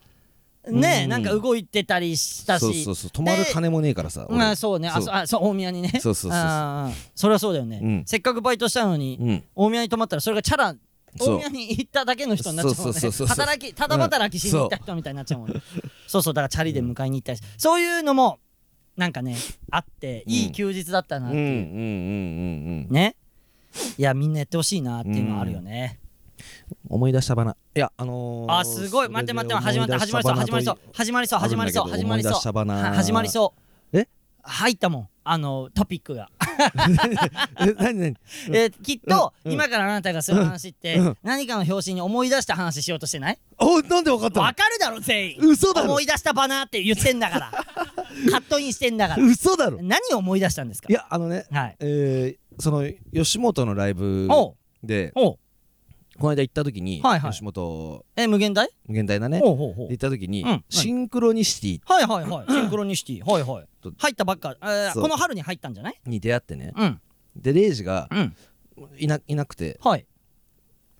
S1: ね
S2: う
S1: え
S2: ん
S1: なんか動いてたりした
S2: そうそ
S1: し
S2: うそう泊まる金もねえからさ
S1: ま
S2: 俺
S1: あそうねあ
S2: そ
S1: そうあそう大宮にね
S2: そうそうそうそう
S1: あーそれはそうだよね、
S2: うん
S1: せっかくバイトしたのに、
S2: うん
S1: 大宮に泊まったらそれがチャラ
S2: そう
S1: 大宮に行っただけの人になっちゃうもん
S2: そうそうそうそう
S1: ね働きただ働きしに行った人みたいになっちゃうもんね、そうそうだからチャリで迎えに行ったりしそういうのもなんかねあっていい休日だったな
S2: う
S1: っ
S2: ん
S1: て
S2: うんうん
S1: いう、
S2: うんうん
S1: ねいやみんなやってほしいなっていうのはあるよね、
S2: 思い出した花いやあのー
S1: あすごい待って待って待って始まった始まりそう始まりそう始まりそう始まりそう始まりそう
S2: 思い出した花
S1: は始まりそう
S2: え
S1: 入ったもんあのトピックが
S2: え何何 [LAUGHS]
S1: えーきっと、
S2: うん
S1: 今からあなたがする話って、
S2: うん
S1: 何かの表紙に思い出した話しようとしてない
S2: おなんでわかったの
S1: わかるだろ全員
S2: 嘘だろ
S1: 思い出したバナーって言ってんだ
S2: [LAUGHS]
S1: からカットインしてんだから
S2: 嘘だろ
S1: 何を思い出したんですか
S2: いやあのね
S1: はい
S2: えーその吉本のライブ
S1: おう
S2: で
S1: おう
S2: この間行った時に
S1: はいはい
S2: 吉本
S1: え無限大
S2: 現代だね
S1: おうほうほう
S2: 行った時に
S1: うん
S2: シンクロニシティ
S1: はいはいはいシンクロニシティはいはい入ったばっか、えー
S2: そう
S1: この春に入ったんじゃない
S2: に出会ってね
S1: うん
S2: でレイジが
S1: うん
S2: いないなくて
S1: はい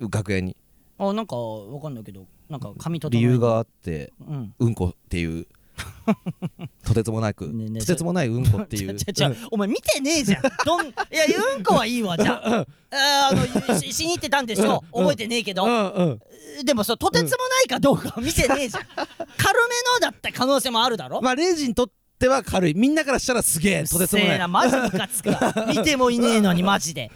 S2: 楽屋に
S1: あなんかわかんないけどなんか髪と
S2: 理由があって
S1: うん
S2: うんこっていう
S1: [LAUGHS]
S2: とてつもなく
S1: ねえねえ
S2: とてつもないうんこっていう
S1: ちゃちゃちゃお前見てねえじゃんどんいやうんこはいいわじゃああーあのししに行ってたんでしょ覚えてねえけど
S2: うんうん
S1: でもそうとてつもないかどうかは見てねえじゃん軽めのだった可能性もあるだろ
S2: まあレイジにとっては軽いみんなからしたらすげえとてつも
S1: うっせ
S2: な
S1: え
S2: い
S1: マジムカつくわ見てもいねえのにマジで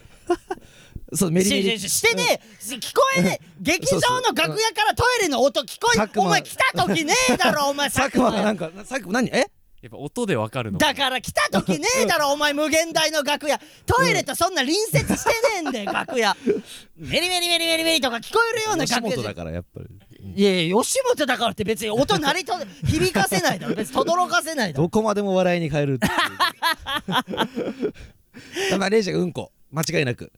S2: そうメリ
S1: し
S2: メリ
S1: ししてねえし聞こえねえ劇場の楽屋からトイレの音聞こえ
S2: 佐久間
S1: お前来た時ねえだろお前
S2: 佐久間がなんか佐久間何え
S3: やっぱ音でわかるの
S1: だから来た時ねえだろお前無限大の楽屋トイレとそんな隣接してねえんだよ楽屋メリメリメリメリメリとか聞こえるような
S2: 吉
S1: 楽屋
S2: 本
S1: じゃ
S2: だからやっぱり
S1: いやいや吉本だからって別に音鳴り
S2: [LAUGHS]
S1: と響かせないだろ別にとどろかせないだろ
S2: どこまでも笑いに変えるっていうただレイジがうん [LAUGHS] こ間違いなく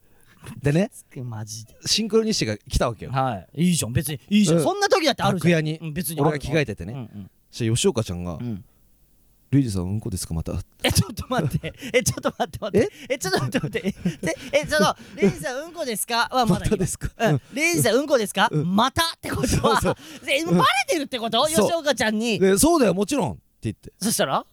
S2: でね
S1: マジで
S2: シンクロニシティが来たわけよ
S1: はいいいじゃん別にいいじゃん、
S2: うん
S1: そんな時だってあるじゃん
S2: 楽屋に
S1: うん別に
S2: 俺が着替え
S1: て
S2: ててね、
S1: ね、
S2: そしたら吉岡ちゃんが
S1: うんうん
S2: 「レイジさんうんこですかまた」
S1: えちょっと待ってえちょっと待って待ってえちょっと待って待ってええそのレイジさんうんこですかはま
S2: ま
S1: だいい
S2: た
S1: わ
S2: ですか、
S1: うんレイジさんうんこですか、
S2: うん
S1: またってことは
S2: そう
S1: えバレてるってこと、
S2: そう
S1: 吉岡ちゃんに
S2: でそうだよもちろんって言って
S1: そしたら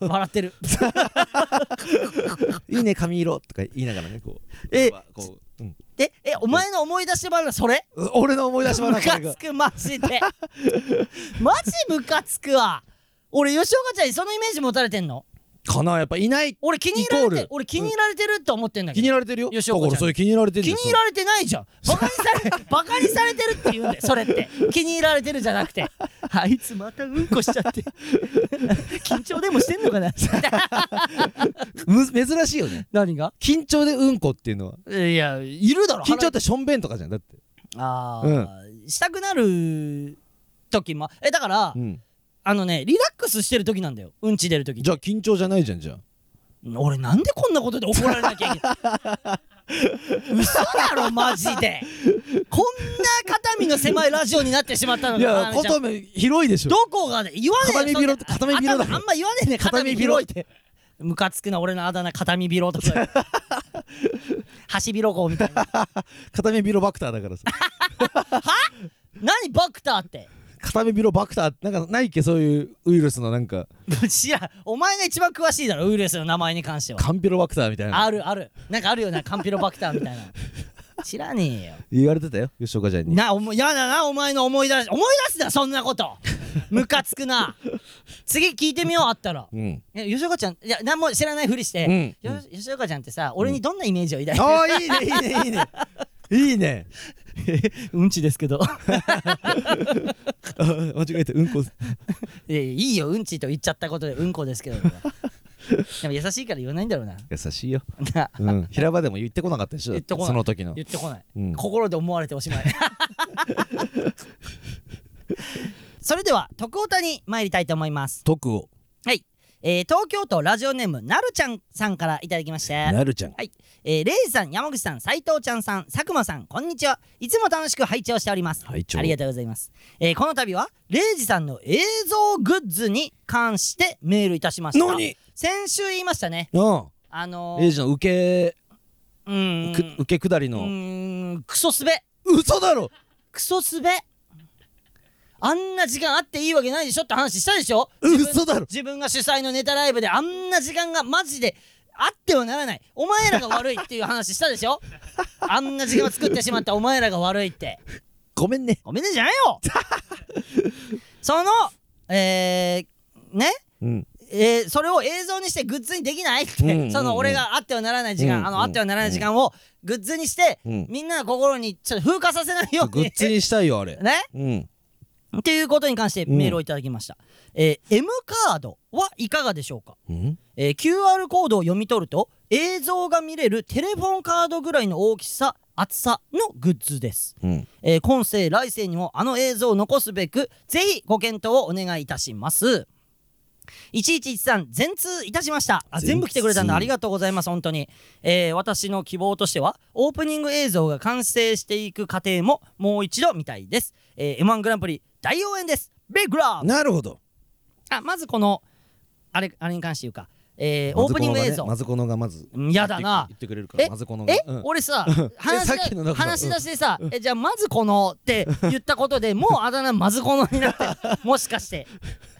S1: 笑ってる
S2: [LAUGHS] 「いいね髪色」とか言いながらねこう
S1: え
S2: こう、うん、
S1: でえお前の思い出し話はそれ
S2: 俺の思い出し
S1: ム
S2: 話
S1: カ
S2: が
S1: つくマジでマジムカつくわ俺吉岡ちゃんにそのイメージ持たれてんの
S2: かなやっぱいない
S1: 俺気に入られ
S2: イコー
S1: て
S2: ル
S1: る俺気に入られてると思ってんだ
S2: 気
S1: け
S2: に
S1: ど
S2: 入られてるよ
S1: 吉
S2: だ
S1: 岡ちゃん
S2: からそれ気に入られてる
S1: 気
S2: よ
S1: に入られてないじゃんバカにされ
S2: [LAUGHS]
S1: バカにされてるって言うんだよそれって気に入られてるじゃなく
S2: [LAUGHS]
S1: てあいつまたうんこしちゃって緊張でもしてんのか
S2: [LAUGHS]
S1: な
S2: む珍しいよね
S1: 何が
S2: 緊張でうんこっていうのはい
S1: やいるだろ
S2: 緊張っ
S1: 腹
S2: てしょんべんとかじゃんだって
S1: ああ、したくなる時もえだから、
S2: うん
S1: あのねリラックスしてる時なんだようんち出る時
S2: じゃあ緊張じゃないじゃんじゃあ
S1: 俺なんでこんなことで怒られなきゃいけない
S2: [LAUGHS]
S1: 嘘だろマジでこんな肩身の狭いラジオになってしまったの
S2: い
S1: か
S2: や
S1: な
S2: 肩身広いでしょ
S1: どこがね言わねえ
S2: 片身
S1: そんな
S2: 広片身広だ
S1: 頭あんま言わねえね
S2: 片
S1: 片
S2: 身
S1: 身
S2: 広
S1: 広
S2: い
S1: いってムカつくな俺のあだ名片身広と
S2: [LAUGHS]
S1: か橋広子みたいな
S2: 片目ビロバクター
S1: [LAUGHS]
S2: だからさ
S1: 何バクターって
S2: 片目ビロバクターなんかないっけそういうウイルスのなんか
S1: 知らんお前が一番詳しいだろウイルスの名前に関しては
S2: カンピロバクターみたいな
S1: あるあるなんかあるよなカンピロバクターみたいな知らねえよ
S2: 言われてたよ吉岡ちゃんに
S1: なおもやだなお前の思い出し思い出すなそんなことムカつくな次聞いてみようあったら
S2: うん
S1: え吉岡ちゃんいや何も知らないふりし
S2: う
S1: て、
S2: ん
S1: よ吉岡ちゃんってさ俺にどんなイメージを抱いてる
S2: ああいいねいいねいいねいいね [LAUGHS]
S1: うんちですけど [LAUGHS]
S2: あ間違えてうんこ
S1: いやいやいいようんちと言っちゃったことでうんこですけどでも優しいから言わないんだろうな
S2: 優しいよ、
S1: な
S2: うん、平場でも言ってこなかったでしょ
S1: 言ってこない
S2: その時の
S1: 言ってこない、
S2: うん
S1: 心で思われておし
S2: [LAUGHS]
S1: まいそれでは徳太に参りたいと思います
S2: 徳を
S1: はい、えー東京都ラジオネームなるちゃんさんからいただきまして
S2: なるちゃん
S1: はい、えー、レイジさん、山口さん、斉藤ちゃんさん、佐久間さん、こんにちは。いつも楽しく拝聴しております。
S2: 拝聴
S1: ありがとうございます。えーこの度は、レイジさんの映像グッズに関してメールいたしました。
S2: 何
S1: 先週言いましたね。
S2: うん
S1: あの
S2: エイ
S1: ー、
S2: ジの受
S1: う
S2: け
S1: ー
S2: く
S1: ん、
S2: 受け下り
S1: う
S2: の
S1: ーん、クソすべ、
S2: 嘘だろ
S1: クソすべ。あんな時間あっていいわけないでしょって話したでしょ自分
S2: 嘘だろ
S1: 自分が主催のネタライブであんな時間がマジであってはならないお前らが悪いっていう話したでしょあんな時間を作ってしまったお前らが悪いって
S2: ごめんね
S1: ごめんねじゃない
S2: [LAUGHS]
S1: よそのえー、ね
S2: うん
S1: えーそれを映像にしてグッズにできないって、
S2: うんうんうん
S1: その俺があってはならない時間、
S2: うん
S1: あ
S2: うん
S1: のあってはならない時間をグッズにして、
S2: うん
S1: みんなの心にちょっと風化させないよう
S2: グ
S1: に
S2: ッズにしたいよあれ
S1: ね
S2: うん
S1: っていうことに関してメールをいただきました、えー M カードはいかがでしょうか
S2: うん
S1: えー QR コードを読み取ると映像が見れるテレフォンカードぐらいの大きさ厚さのグッズです、
S2: うん
S1: えー今世来世にもあの映像を残すべくぜひご検討をお願いいたします1113全通いたしましたあ
S2: 全通
S1: 全部来てくれたんだありがとうございます本当に、えー私の希望としてはオープニング映像が完成していく過程ももう一度見たいです、えー M1 グランプリ大応援ですビッグラブ
S2: なるほど
S1: あまずこのあれあれに関して言うか、えーオープニング映像、
S2: まずこのがねまずこの
S1: う
S2: がまず
S1: んやだな
S2: 言ってくれるから
S1: え
S2: まずこのが
S1: え、
S2: うん
S1: 俺さ話
S2: [LAUGHS] さっき
S1: し
S2: のだ
S1: だ
S2: から
S1: 話し出しでさ、えじゃあまずこのって言ったことでもうあだ名まずこのにな
S2: [LAUGHS]
S1: ってるもしかして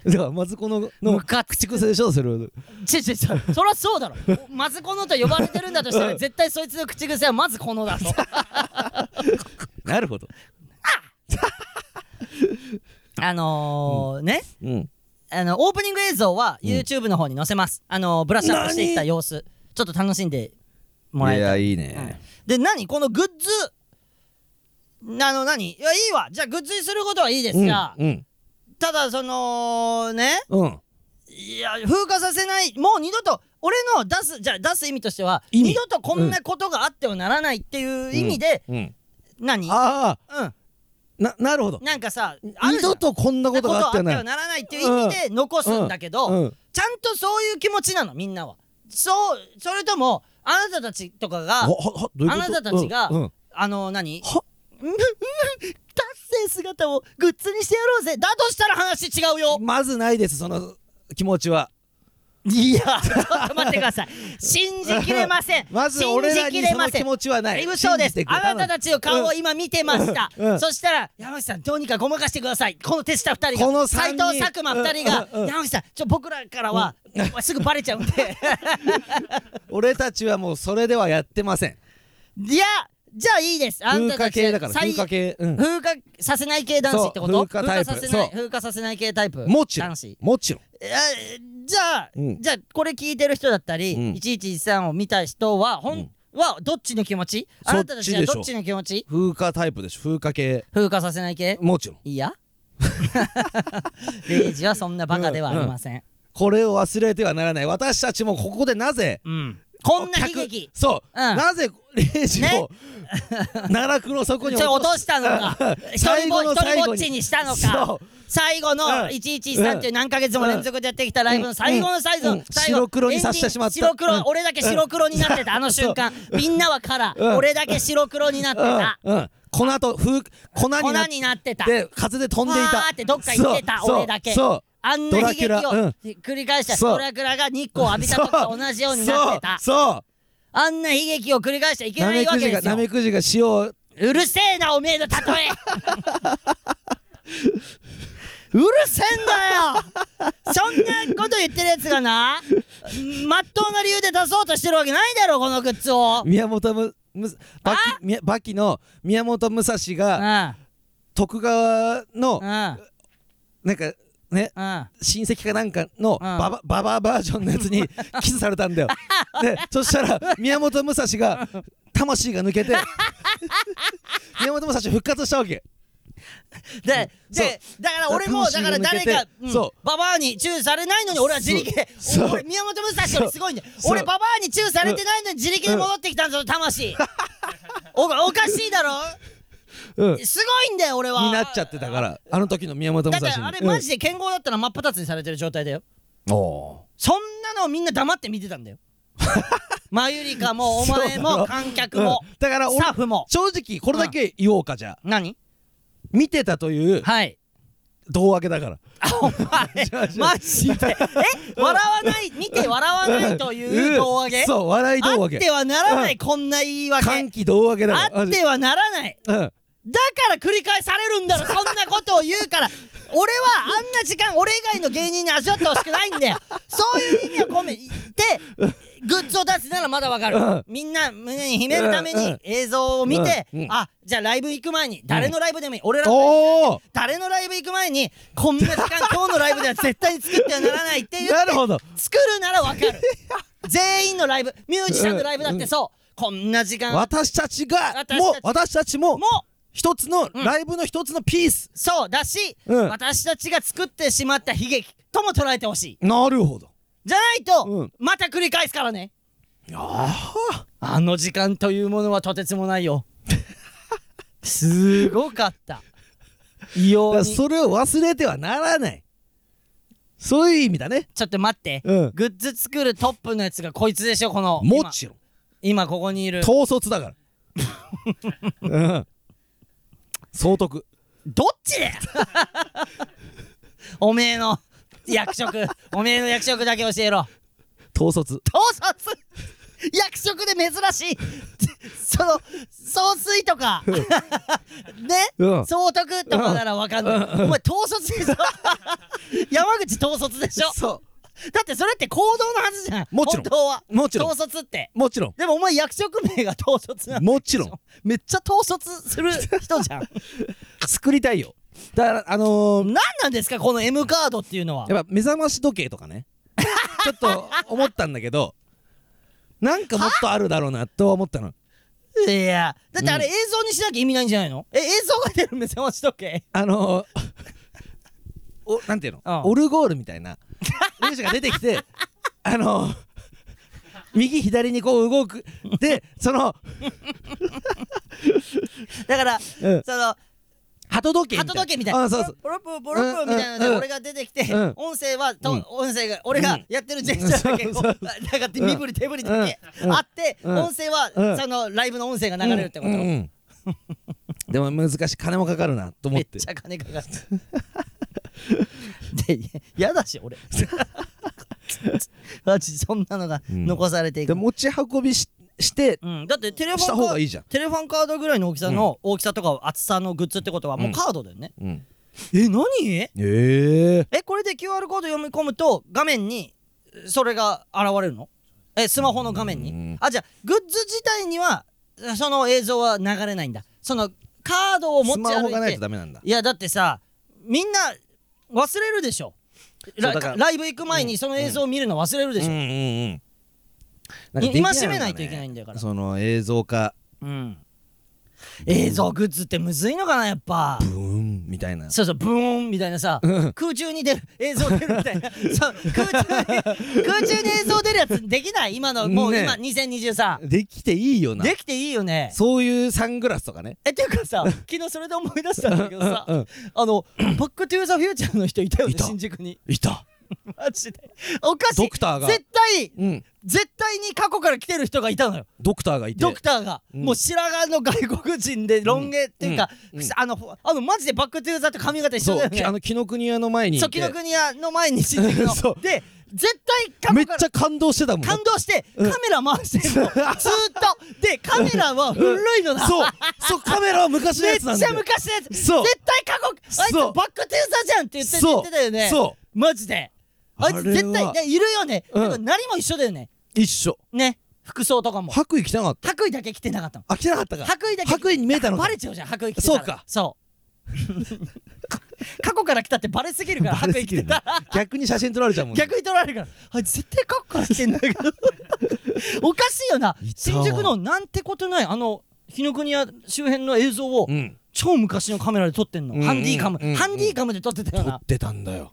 S2: だからまずこのの
S1: ムカつ
S2: 口癖でしょそれは
S1: ちちちそりゃそうだろまずこのと呼ばれてるんだとしたら絶対そいつの口癖はまずこの
S2: [LAUGHS]
S1: だぞ
S2: なるほど
S1: あのーね
S2: うん
S1: あのオープニング映像は YouTube の方に載せます、あのブラッシュアップしていった様子ちょっと楽しんでもらえたら
S2: いい
S1: うんで何このグッズあの何いやいいわじゃあグッズにすることはいいですが、
S2: うん
S1: ただそのね
S2: うん
S1: いや風化させないもう二度と俺の出すじゃあ出す意味としては
S2: 意味
S1: 二度とこんなことがあってはならないっていう意味で、
S2: うん
S1: 何う
S2: ああ
S1: ん
S2: ななるほど
S1: なんかさあるじゃ
S2: 二
S1: ん
S2: 度とこんなことがあって
S1: こ
S2: は
S1: とが
S2: な
S1: あってはならないっていう意味で残すんだけど、
S2: うん
S1: ちゃんとそういう気持ちなのみんなはそうそれともあなたたちとかが
S2: ほほほどういうこと
S1: あなたたちが
S2: うんうん
S1: あの何
S2: は
S1: うんうん達成姿をグッズにしてやろうぜだとしたら話違うよ
S2: まずないですその気持ちはい
S1: やちょっと待ってください信じきれません
S2: まず俺ら
S1: 信
S2: に
S1: じきれ
S2: そ
S1: ま
S2: の
S1: せん
S2: 気持ちはない
S1: 嘘です
S2: 信じてくれ
S1: あなたたちの顔を今見てました、
S2: うんうん
S1: そしたら山口さんどうにかごまかしてくださいこの手下2人が
S2: この
S1: 斉
S2: 三人
S1: 藤佐久間2人が、
S2: うんうんうん
S1: 山口さんちょ僕らからは、すぐバレち
S2: [LAUGHS]
S1: ゃうんで
S2: 俺たちはもうそれではやってません
S1: いやじゃあいいですあ
S2: 風
S1: なたた
S2: 化
S1: ち
S2: 系だから
S1: 最
S2: 風化系うん
S1: 風化させない系男子ってこと
S2: そう風化タイプ
S1: 風させない
S2: そう
S1: 風化させない系タイプ
S2: もちろん
S1: 男子
S2: もちろん
S1: えーじゃあ、
S2: うん
S1: じゃあこれ聞いてる人だったり、
S2: うん
S1: 1113を見た人はほん、はどっちの気持ちあなたたちはど
S2: そ
S1: っ
S2: っ
S1: ち
S2: ち
S1: の気持ち
S2: 風化タイプでしょ風化系
S1: 風化させない系
S2: もちろん
S1: いや [LAUGHS] レイジはそんなバカではありません、
S2: これを忘れてはならない私たちもここでなぜ
S1: うんこんな悲劇
S2: そう、
S1: うん
S2: なぜレイジを奈落の底
S1: ち
S2: に
S1: ょ落としたのか一人
S2: [LAUGHS] 最
S1: ぼ
S2: 後
S1: 一
S2: の最
S1: 人ぼ
S2: 後
S1: っ
S2: に
S1: ちにしたの
S2: そ
S1: か
S2: う
S1: 最後の
S2: うん
S1: 1113っていう何ヶ月も連続でやってきたライブの最後の最後、
S2: うんうん
S1: 最後
S2: 白黒にさせてしまっ
S1: エ
S2: た
S1: ンディング白黒、
S2: うん
S1: 俺だけ白黒になってた、あの瞬間みんなはカラー、
S2: うん
S1: 俺だけ白黒になってた、
S2: うんうん、この後風粉になっ
S1: 粉になってた
S2: て風で飛んでい
S1: わ
S2: た
S1: ーってどっか行ってた
S2: そう
S1: 俺だけ
S2: そう
S1: あんな悲劇を
S2: ドラキュラうん
S1: 繰り返した
S2: そう
S1: ドラクラが日光を浴びた時と同じようになってた
S2: [LAUGHS] そう
S1: あんな悲劇を繰り返しちゃいけ
S2: そうな
S1: ない
S2: め
S1: わ
S2: く
S1: け
S2: じ
S1: で
S2: が
S1: す
S2: な
S1: よ
S2: めくじが塩を
S1: うるせえなおめえの例
S2: [LAUGHS]
S1: えうるせえんだよそんなこと言ってるやつがなまっとうな理由で出そうとしてるわけないだろこのグッズを、うん、
S2: 宮本むむバキみバキの宮本武蔵が
S1: う
S2: 徳川の
S1: ん
S2: なんかね
S1: うん
S2: 親戚かなんかの
S1: うん
S2: ババババアバージョンのやつに [LAUGHS] キスされた
S1: [LAUGHS]
S2: んだよ。でそしたら宮本武蔵が魂が抜
S1: [LAUGHS]
S2: けて宮本武蔵復活したわけ。
S1: で、で、だから俺も、だ
S2: 魂
S1: から
S2: が抜
S1: 誰
S2: けて
S1: か、うん
S2: そ
S1: ババアにチューされないのに俺は自力で、
S2: そう
S1: 俺、宮本武蔵よりすごいんだよ。
S2: そう
S1: 俺、ババアにチューされてないのに自力で戻ってきたんだぞ、
S2: [LAUGHS]
S1: 魂。おかおかしいだろ
S2: うん、に
S1: すごいんだよ、俺は。
S2: なっちゃってたからあの時の宮本武
S1: だって
S2: 蔵に。
S1: あれマジで健康だったら真っ二つにされてる状態だよ。
S2: おお
S1: そんなのみんな黙って見てた
S2: [LAUGHS]
S1: んだよマユリカもお前
S2: そうだ
S1: も
S2: ろ
S1: 観
S2: ー、
S1: 客
S2: うん
S1: も、
S2: だから
S1: ス
S2: 俺
S1: タッフも
S2: 正直これだけ言おうかじゃあ
S1: 何
S2: 見てたという
S1: はい
S2: 胴上げだから
S1: あお
S2: [LAUGHS]
S1: 前マジでえ笑わない見て笑わないという胴上げ
S2: そう笑い胴
S1: あ
S2: 上
S1: っ
S2: げ
S1: てはならな
S2: う
S1: いこんな言い訳
S2: 歓喜胴上げだから
S1: あってはならない
S2: うん
S1: だから繰り返されるんだろそんなことを言うから俺はあんな時間俺以外の芸人に味わってほしくないんだよそういう意味を込めてグッズを出すならまだわかる、
S2: うん
S1: みんな胸に秘めるため
S2: うんう
S1: に
S2: ん
S1: 映像を見て、
S2: うんうん
S1: あじゃあライブ行く前に誰のライブでもいい、俺らの
S2: おお
S1: 誰のライブ行く前にこんな時
S2: [LAUGHS]
S1: 間今日のライブでは絶対に作ってはならないっていう
S2: なるほど
S1: 作るならわかる全員のライブミュージシャンのライブだってそう、こんな時間も
S2: 私たちが
S1: 私たち
S2: もう私たちも一つの
S1: うん
S2: ライブの一つのピース
S1: そうだし、
S2: うん
S1: 私たちが作ってしまった悲劇とも捉えてほしい
S2: なるほど
S1: じゃないと、
S2: うん
S1: また繰り返すからね
S2: あ
S1: あの時間というものはとてつもない
S2: [LAUGHS]
S1: よすごかった異
S2: あだ
S1: 様
S2: から
S1: に
S2: それを忘れてはならないそういう意味だね
S1: ちょっと待って、
S2: うん
S1: グッズ作るトップのやつがこいつでしょこの
S2: もちろん
S1: 今今ここにいる
S2: 統率
S1: [LAUGHS]
S2: だから、うん、総督
S1: どっちだよ [LAUGHS] おめえの役職おめえの役職だけ教えろ
S2: 統率
S1: 盗撮役職で珍しいその総帥とかね、
S2: うん
S1: 総督とかならわかんない、お前統率でし
S2: [LAUGHS]
S1: ょ山口統率でしょ
S2: そ
S1: だってそれって行動のはずじゃん
S2: もちろん
S1: 本当は
S2: もちろん
S1: 統率って
S2: うもちろん
S1: でもお前役職名が統率なの
S2: もちろん
S1: めっちゃ統率する人じゃん
S2: [LAUGHS] 作りたいよだからあのー、
S1: 何なんですかこの M カードっていうのは
S2: やっぱ目覚まし時計と
S1: [LAUGHS]
S2: かねちょっと思ったんだけどなんかもっとあるだろうなとは思ったの
S1: いやだってあれ映像にしなきゃ意味ないんじゃないのえ映像が出る目覚まし時計
S2: あのー、おなんていうの、
S1: うん
S2: オルゴールみたいな粒子が出てきてあのー、右左にこう動くでその、
S1: だから
S2: うん、
S1: その
S2: 鳩時計みたいな
S1: 鳩時計みたいな。
S2: あそうそう
S1: ポロッポロッポロッポロッみたいなので、
S2: うんうん
S1: 俺が出てきて、
S2: うん
S1: 音声は、と
S2: うん
S1: 音声が、俺がやってるジェスチャーだけ、こう、なんか身振り手振りだけ、
S2: うん
S1: あって、
S2: うん
S1: 音声は、
S2: うん
S1: そのライブの音声が流れるってこと。
S2: うんうんうんでも難しい金もかかるなと思
S1: め
S2: っ
S1: ってちゃ金かかって。で、やだし、
S2: [LAUGHS]
S1: 俺。マジ、そんなのが
S2: うん
S1: 残されていく。
S2: で持ち運びしして
S1: うん、だってテレフォン
S2: した
S1: カ
S2: 方がいいじゃん、
S1: テレフォンカードぐらいの大きさの、大きさとか厚さのグッズってことはもううんカードだよね、
S2: うん、
S1: え何
S2: ええ
S1: えこれで QR コード読み込むと画面にそれが現れるのえスマホの画面
S2: う
S1: に
S2: ん
S1: あじゃあグッズ自体にはその映像は流れないんだそのカードを持
S2: ス
S1: ち
S2: マ
S1: 歩
S2: ホ
S1: い
S2: がない
S1: て
S2: とダメなんだ
S1: いやだってさみんな忘れるでしょラ
S2: だから
S1: ライブ行く前にその映像を見るの忘れるでしょ、
S2: うんうんうん
S1: んかできないのかね戒めないといけないんだから
S2: その映像化
S1: うん映像グッズってむずいのかなやっぱ
S2: ブーンみたいな
S1: そうそうブーンみたいなさ空中に出る映像出るみたい
S2: [LAUGHS]
S1: なそう空中に空中に映像出るやつできない今のもう今2023、
S2: できていいよな
S1: できていいよね
S2: そういうサングラスとかね
S1: えっていうか
S2: [LAUGHS]
S1: さ昨日それで思い出したんだけどさ
S2: うんうん
S1: あの「バック・トゥ・ザ・フューチャー」の人いたよね
S2: いた
S1: 新宿に
S2: いた
S1: マジでおかしい
S2: ドクターが
S1: 絶対
S2: うん
S1: 絶対に過去から来てる人がいたのよ
S2: ドクターがいて
S1: ドクターが、
S2: うん
S1: もう白髪の外国人でロン毛っていうか、
S2: うんうん
S1: あのあのマジで「バック・トゥ・ザ」と髪型一緒
S2: そう
S1: だよね
S2: あの紀ノ国屋の前にいて
S1: そう紀ノ国屋の前に新宿
S2: [LAUGHS] そ
S1: の
S2: う
S1: で絶対過
S2: め
S1: 去
S2: っ
S1: から
S2: ちゃ感動してたもん
S1: 感動してカメラ回して
S2: [LAUGHS]
S1: るのずーっとでカメラは古いのだ
S2: そうそうカメラは昔の
S1: め
S2: や
S1: っ
S2: つ
S1: ち
S2: な
S1: ゃ
S2: んだよ
S1: 昔のやつ
S2: そう
S1: 絶対過去あいつバ
S2: そ
S1: ッ
S2: う
S1: クトゥーザじゃんって言って言
S2: そ
S1: っ
S2: う
S1: てたよね
S2: そう
S1: マジであいつ絶
S2: あれ
S1: 対
S2: はい
S1: やいるよね
S2: うん
S1: でも何も一緒だよね
S2: う一緒
S1: ね服装とかも
S2: 白衣着てなかった
S1: 白衣だけ着てなかったの
S2: あ着てなかったか
S1: 白衣だけ
S2: 白衣に見えたのか
S1: バレちゃうじゃん白衣着てたら
S2: そうか
S1: そう [LAUGHS] 過去から来たってバレすぎるから白
S2: [LAUGHS] バ
S1: 衣
S2: レす
S1: 着
S2: ぎ
S1: て
S2: る
S1: た
S2: ね逆に写真撮られちゃうもんね
S1: 逆に取られるからあいつ絶対カッカーしてんだけどおかしいよない
S2: たわ
S1: 新宿のなんてことないあの日の国屋周辺の映像を
S2: うん
S1: 超昔のカメラで撮ってんの、
S2: うんうん
S1: ハンディカム、
S2: うんうん
S1: ハンディカムで撮ってた
S2: 撮
S1: よな
S2: ってたんだよ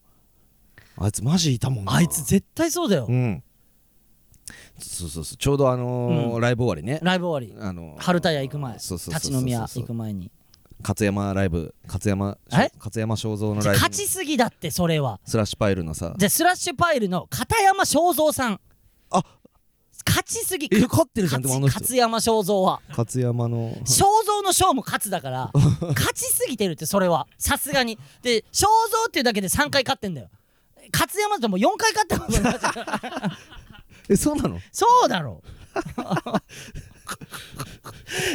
S2: あいつマジいたもんな
S1: あいつ絶対そうだよ、
S2: うんそうそうそうちょうどあのー
S1: う
S2: ライブ終わりね
S1: ライブ終わり
S2: あのー
S1: 春田屋行く前
S2: そうそうそうそう
S1: 立ち飲み屋行く前に
S2: 勝山ライブ勝山
S1: え
S2: 勝山正蔵のライブ
S1: 勝ちすぎだってそれは
S2: スラッシュパイルのさ
S1: じゃあスラッシュパイルの片山正蔵さん
S2: あ
S1: 勝ちすぎ
S2: え
S1: 勝
S2: 勝ってるじゃんでもあの人
S1: 勝山正蔵は
S2: 勝山の
S1: 正蔵の正も勝つだから勝ちすぎてるってそれはさすがにで正蔵っていうだけで3回勝ってんだよ勝山だともう4回勝ったこと
S2: [LAUGHS]
S1: になっちゃう
S2: えそ
S1: [LAUGHS]
S2: うなの
S1: そうだろう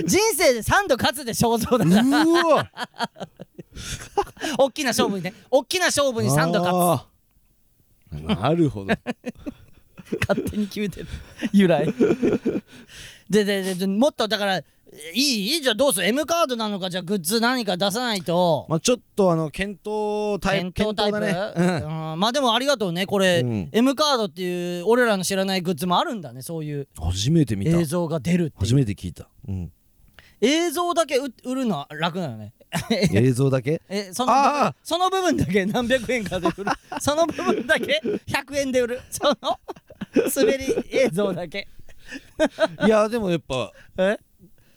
S1: 人生で3度勝つで正蔵だから
S2: うわ
S1: 大きな勝負にね大きな勝負に3度勝
S2: あーな
S1: [LAUGHS]
S2: るほど
S1: つ勝手に決めてる由来ででででもっとだからいいいいじゃあどうする M カードなのかじゃあグッズ何か出さないと
S2: まあちょっとあの検討タイプ
S1: 検討タイプ、
S2: だね
S1: うんまあでもありがとうねこれ、
S2: うん
S1: M カードっていう俺らの知らないグッズもあるんだねそういう
S2: うん初めて見た
S1: 映像が出るってい
S2: 初
S1: う
S2: めて聞いたうん
S1: 映像だけ売売るのは楽なのね
S2: 映像だけ
S1: えその
S2: ああ
S1: その部分だけ何百円かで
S2: [LAUGHS]
S1: 売るその部分だけ100円で売るその滑り映像だけ
S2: いやでもやっぱ
S1: え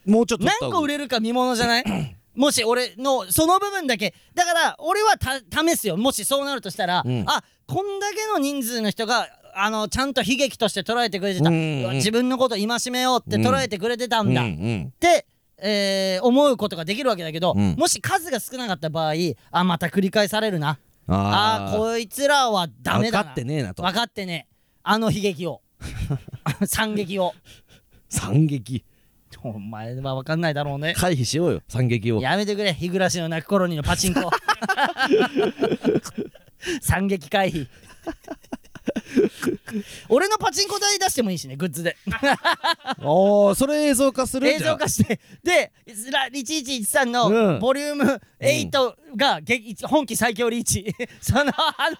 S2: もうちょっと
S1: 何個売
S2: れ
S1: れるか見ものじゃない
S2: [CLEARS THROAT]
S1: もし俺のその部分だけだから俺はた試すよもしそうなるとしたら、
S2: うん
S1: あこんだけの人数の人があのちゃんと悲劇として捉えてくれてた、
S2: うんうん
S1: うわ自分のこと戒めようって捉えてくれてたんだ、
S2: うん
S1: っ
S2: うん
S1: て、えー思うことができるわけだけど、
S2: うん
S1: もし数が少なかった場合あまた繰り返されるなあ
S2: あ
S1: ーこいつらはダメだな
S2: 分かってねえなと
S1: 分かってねえあの悲劇
S2: [LAUGHS]
S1: を惨劇を
S2: 惨劇
S1: お前は分かんないだろうね
S2: 回避しようよ惨劇を
S1: やめてくれ日暮らしの泣く頃にのパチン
S2: [LAUGHS]
S1: コ惨劇回避俺のパチンコ台出してもいいしねグッズで
S2: おーそれ映像化するんじゃ
S1: 映
S2: ん
S1: 像化してでら1113
S2: う
S1: の
S2: ん
S1: ボリューム8が激本気最強リーチ [LAUGHS] そのあ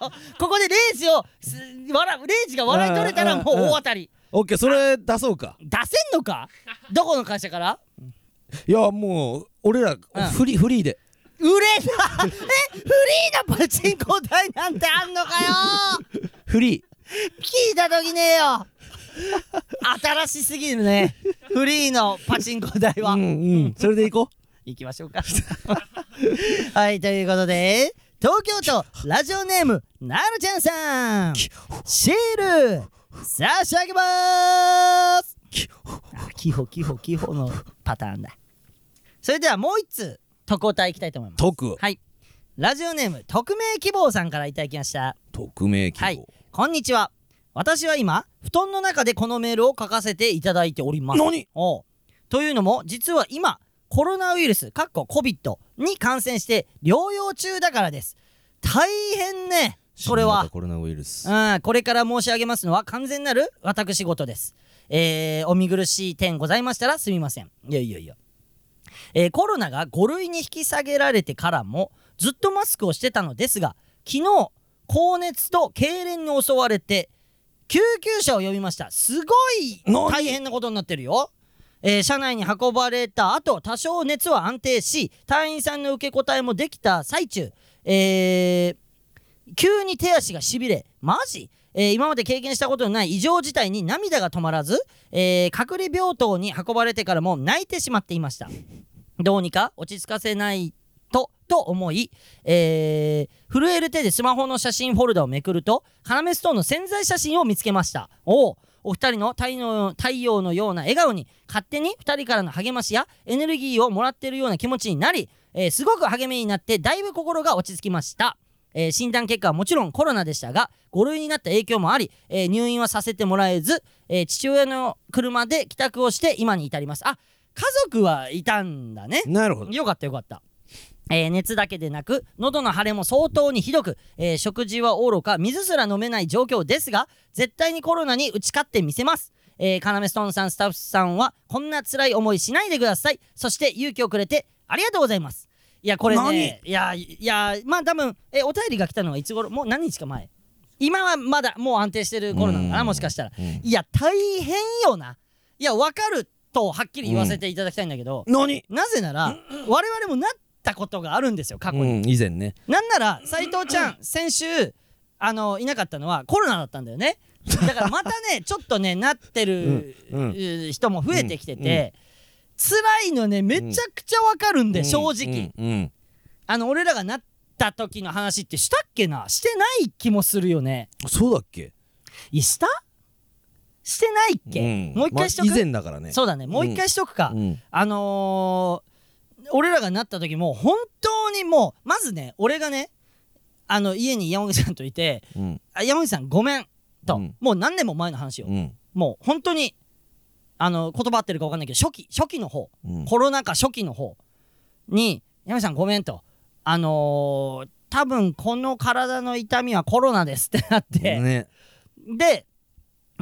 S1: のここでレイジをす笑レイジが笑い取れたらもう大当たり
S2: オッケーそれ出そうか
S1: 出せんのかどこの会社から
S2: いやもう俺ら
S1: うん
S2: フリーフリーで
S1: 売れた [LAUGHS] えフリーのパチンコ台なんてあんのかよ
S2: フリー
S1: 聞いた時ねえよ新しすぎるねフリーのパチンコ台は、
S2: うんうんそれでいこ
S1: 行きましょうか [LAUGHS] はいということで東京都ラジオネームなるちゃんさんシール差し上げますあキホキホキホのパターンだそれではもう一通特攻隊いきたいと思いうます
S2: 特
S1: はいラジオネーム匿名希望さんからいただきました
S2: 匿名希望
S1: はいこんにちは。私は今、布団の中でこのメールを書かせていただいております。
S2: 何
S1: おうというのも、実は今、コロナウイルス、かっこ COVID に感染して療養中だからです。大変ね、それ
S2: 新
S1: は
S2: 型。コロナウイルス
S1: うん、これから申し上げますのは完全なる私事です。えー、お見苦しい点ございましたらすみません。いやいやいや。えーコロナが5類に引き下げられてからもずっとマスクをしてたのですが、昨日、高熱と痙攣に襲われて、救急車を呼びました。すごい
S2: 何
S1: 大変なことになってるよ。えー車内に運ばれた後、多少熱は安定し、隊員さんの受け答えもできた最中、えー、急に手足がしびれマジ、えー今まで経験したことのない異常事態に涙が止まらず、えー隔離病棟に運ばれてからも泣いてしまっていましたどうにか落ち着かせないとと思い、えー震える手でスマホの写真フォルダをめくると要ストーンの潜在写真を見つけましたおおお二人の太陽太陽のような笑顔に勝手に二人からの励ましやエネルギーをもらっているような気持ちになり、えーすごく励みになってだいぶ心が落ち着きましたえー診断結果はもちろんコロナでしたが5類になった影響もあり、えー入院はさせてもらえず、えー父親の車で帰宅をして今に至りますあ家族はいたんだね
S2: なるほど
S1: よかったよかった。えー熱だけでなく喉の腫れも相当にひどく、えー食事はおろか水すら飲めない状況ですが絶対にコロナに打ち勝ってみせます、えー、要ストーンさんスタッフさんはこんな辛い思いしないでくださいそして勇気をくれてありがとうございますいやこれねいやいやまあ多分、えーお便りが来たのはいつ頃もう何日か前今はまだもう安定してる頃なのか
S2: う
S1: なんもしかしたら
S2: うん
S1: いや大変よないや分かるとはっきり言わせていただきたいんだけど、
S2: 何
S1: なぜなら、我々もなったことがあるんですよ、過去
S2: う
S1: に。
S2: ん以前ね
S1: なんなら、斎藤ちゃん、先週、あの、いなかったのはコロナだったんだよね。
S2: [LAUGHS]
S1: だからまたね、ちょっとね、なってる、
S2: うんうん
S1: うー人も増えてきてて、辛いのねめちゃくちゃわかるんで、正直、
S2: うんうん
S1: あの俺らがなった時の話ってしたっけなしてない気もするよね
S2: そうだっけ
S1: いやしたしてないっけ、
S2: うん
S1: もう一回しとく、
S2: まあ以前だからね
S1: そうだねもう一回しとくか、
S2: うん
S1: あのー俺らがなった時も本当にもうまずね俺がねあの家に山口さんといて
S2: うん
S1: 「あ山口さんごめん」と、
S2: うん
S1: もう何年も前の話よ、
S2: うん
S1: もう本当にあの言葉合ってるか分かんないけど初期初期の方、
S2: うん
S1: コロナ禍初期の方に「山口さんごめん」と「あのー多分この体の痛みはコロナです」ってなって、
S2: ね
S1: で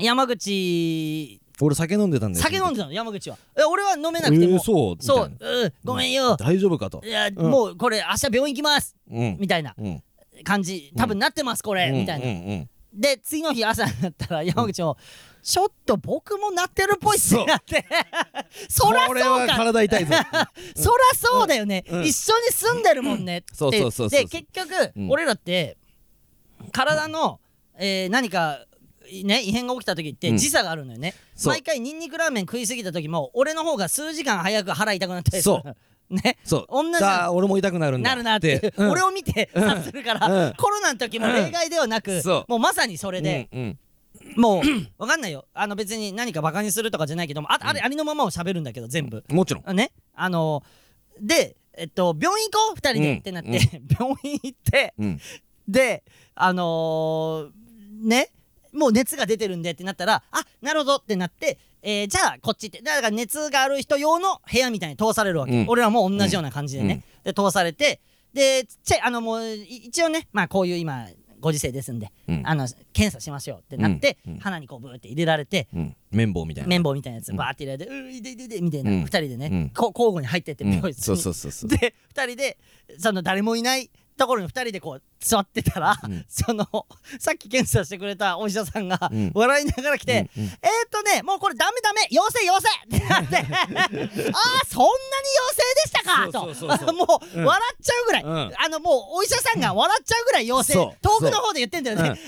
S1: 山口
S2: 俺酒飲んでたんだよ
S1: 酒飲んで
S2: た
S1: たの山口はえ俺は飲めなくても、
S2: そうみたい
S1: そ
S2: な
S1: う、うん、ごめんよ、
S2: 大丈夫かと
S1: いや、
S2: うん
S1: もうこれ明日病院行きます
S2: うん
S1: みたいな
S2: うん
S1: 感じ多分なってますこれ、みたいな、
S2: な
S1: で次の日朝になったら山口も、ちょっと僕もなってるっぽいっす
S2: そう
S1: ねなってそら
S2: これ
S1: そう
S2: は
S1: か
S2: 体痛いぞ
S1: [LAUGHS] そらそうだよね、
S2: うん
S1: 一緒に住んでるもんねって
S2: そうそうそうそう
S1: で結局、
S2: うん
S1: 俺らって体の、えー何かね、異変が起きた時って
S2: うん
S1: 時差があるのよね、
S2: そう
S1: 毎回ニンニクラーメン食いすぎた時も俺の方が数時間早く腹痛くなったりする
S2: そ
S1: [LAUGHS] ね
S2: そう
S1: 同じなの
S2: さあ俺も痛くなるんだ
S1: なるなっていう、
S2: うん
S1: 俺を見て察するから、
S2: うん
S1: コロナの時も例外ではなく、
S2: うんそう
S1: もうまさにそれで、
S2: うんうん
S1: もう [CLEARS THROAT] わかんないよあの別に何かバカにするとかじゃないけどもあ,、あれありのままを喋るんだけど全部、
S2: もちろん
S1: ねあのでえっと病院行こう2人で、
S2: うん
S1: ってなって、
S2: うん
S1: [LAUGHS] 病院行って
S2: うん
S1: であのーねもう熱が出てるんでってなったらあなるほどってなって、えーじゃあこっちってだから熱がある人用の部屋みたいに通されるわけ、
S2: うん
S1: 俺らも同じような感じでね、で通されてでチェあのもうい一応ねまあこういう今ご時世ですんで、
S2: うん
S1: あの検査しましょうってなって、
S2: うんうん
S1: 鼻にこうブーって入れられて、
S2: うん綿棒みたいな
S1: 綿棒みたいなやつバーって入れて「うーいでいでいで」みたいな、
S2: う
S1: 二
S2: ん
S1: 人でね、
S2: うん
S1: こう交互に入ってって
S2: うん
S1: 病室
S2: そう
S1: に、
S2: そうそうそう
S1: で二人でその誰もいないところに二人でこう座ってたら、
S2: うん
S1: そのさっき検査してくれたお医者さんが
S2: うん
S1: 笑いながら来て「
S2: うんうん
S1: えー、っとねもうこれダメダメ陽性陽性!」ってな
S2: [LAUGHS]
S1: って「ああそんなに陽性でしたか!」と
S2: そうそうそうそ
S1: [LAUGHS]
S2: う
S1: もう、
S2: うん
S1: 笑っちゃうぐらい、
S2: うん
S1: あのもうお医者さんが笑っちゃうぐらい陽性
S2: そ
S1: 遠
S2: う
S1: くの方で言ってんだよね、
S2: うん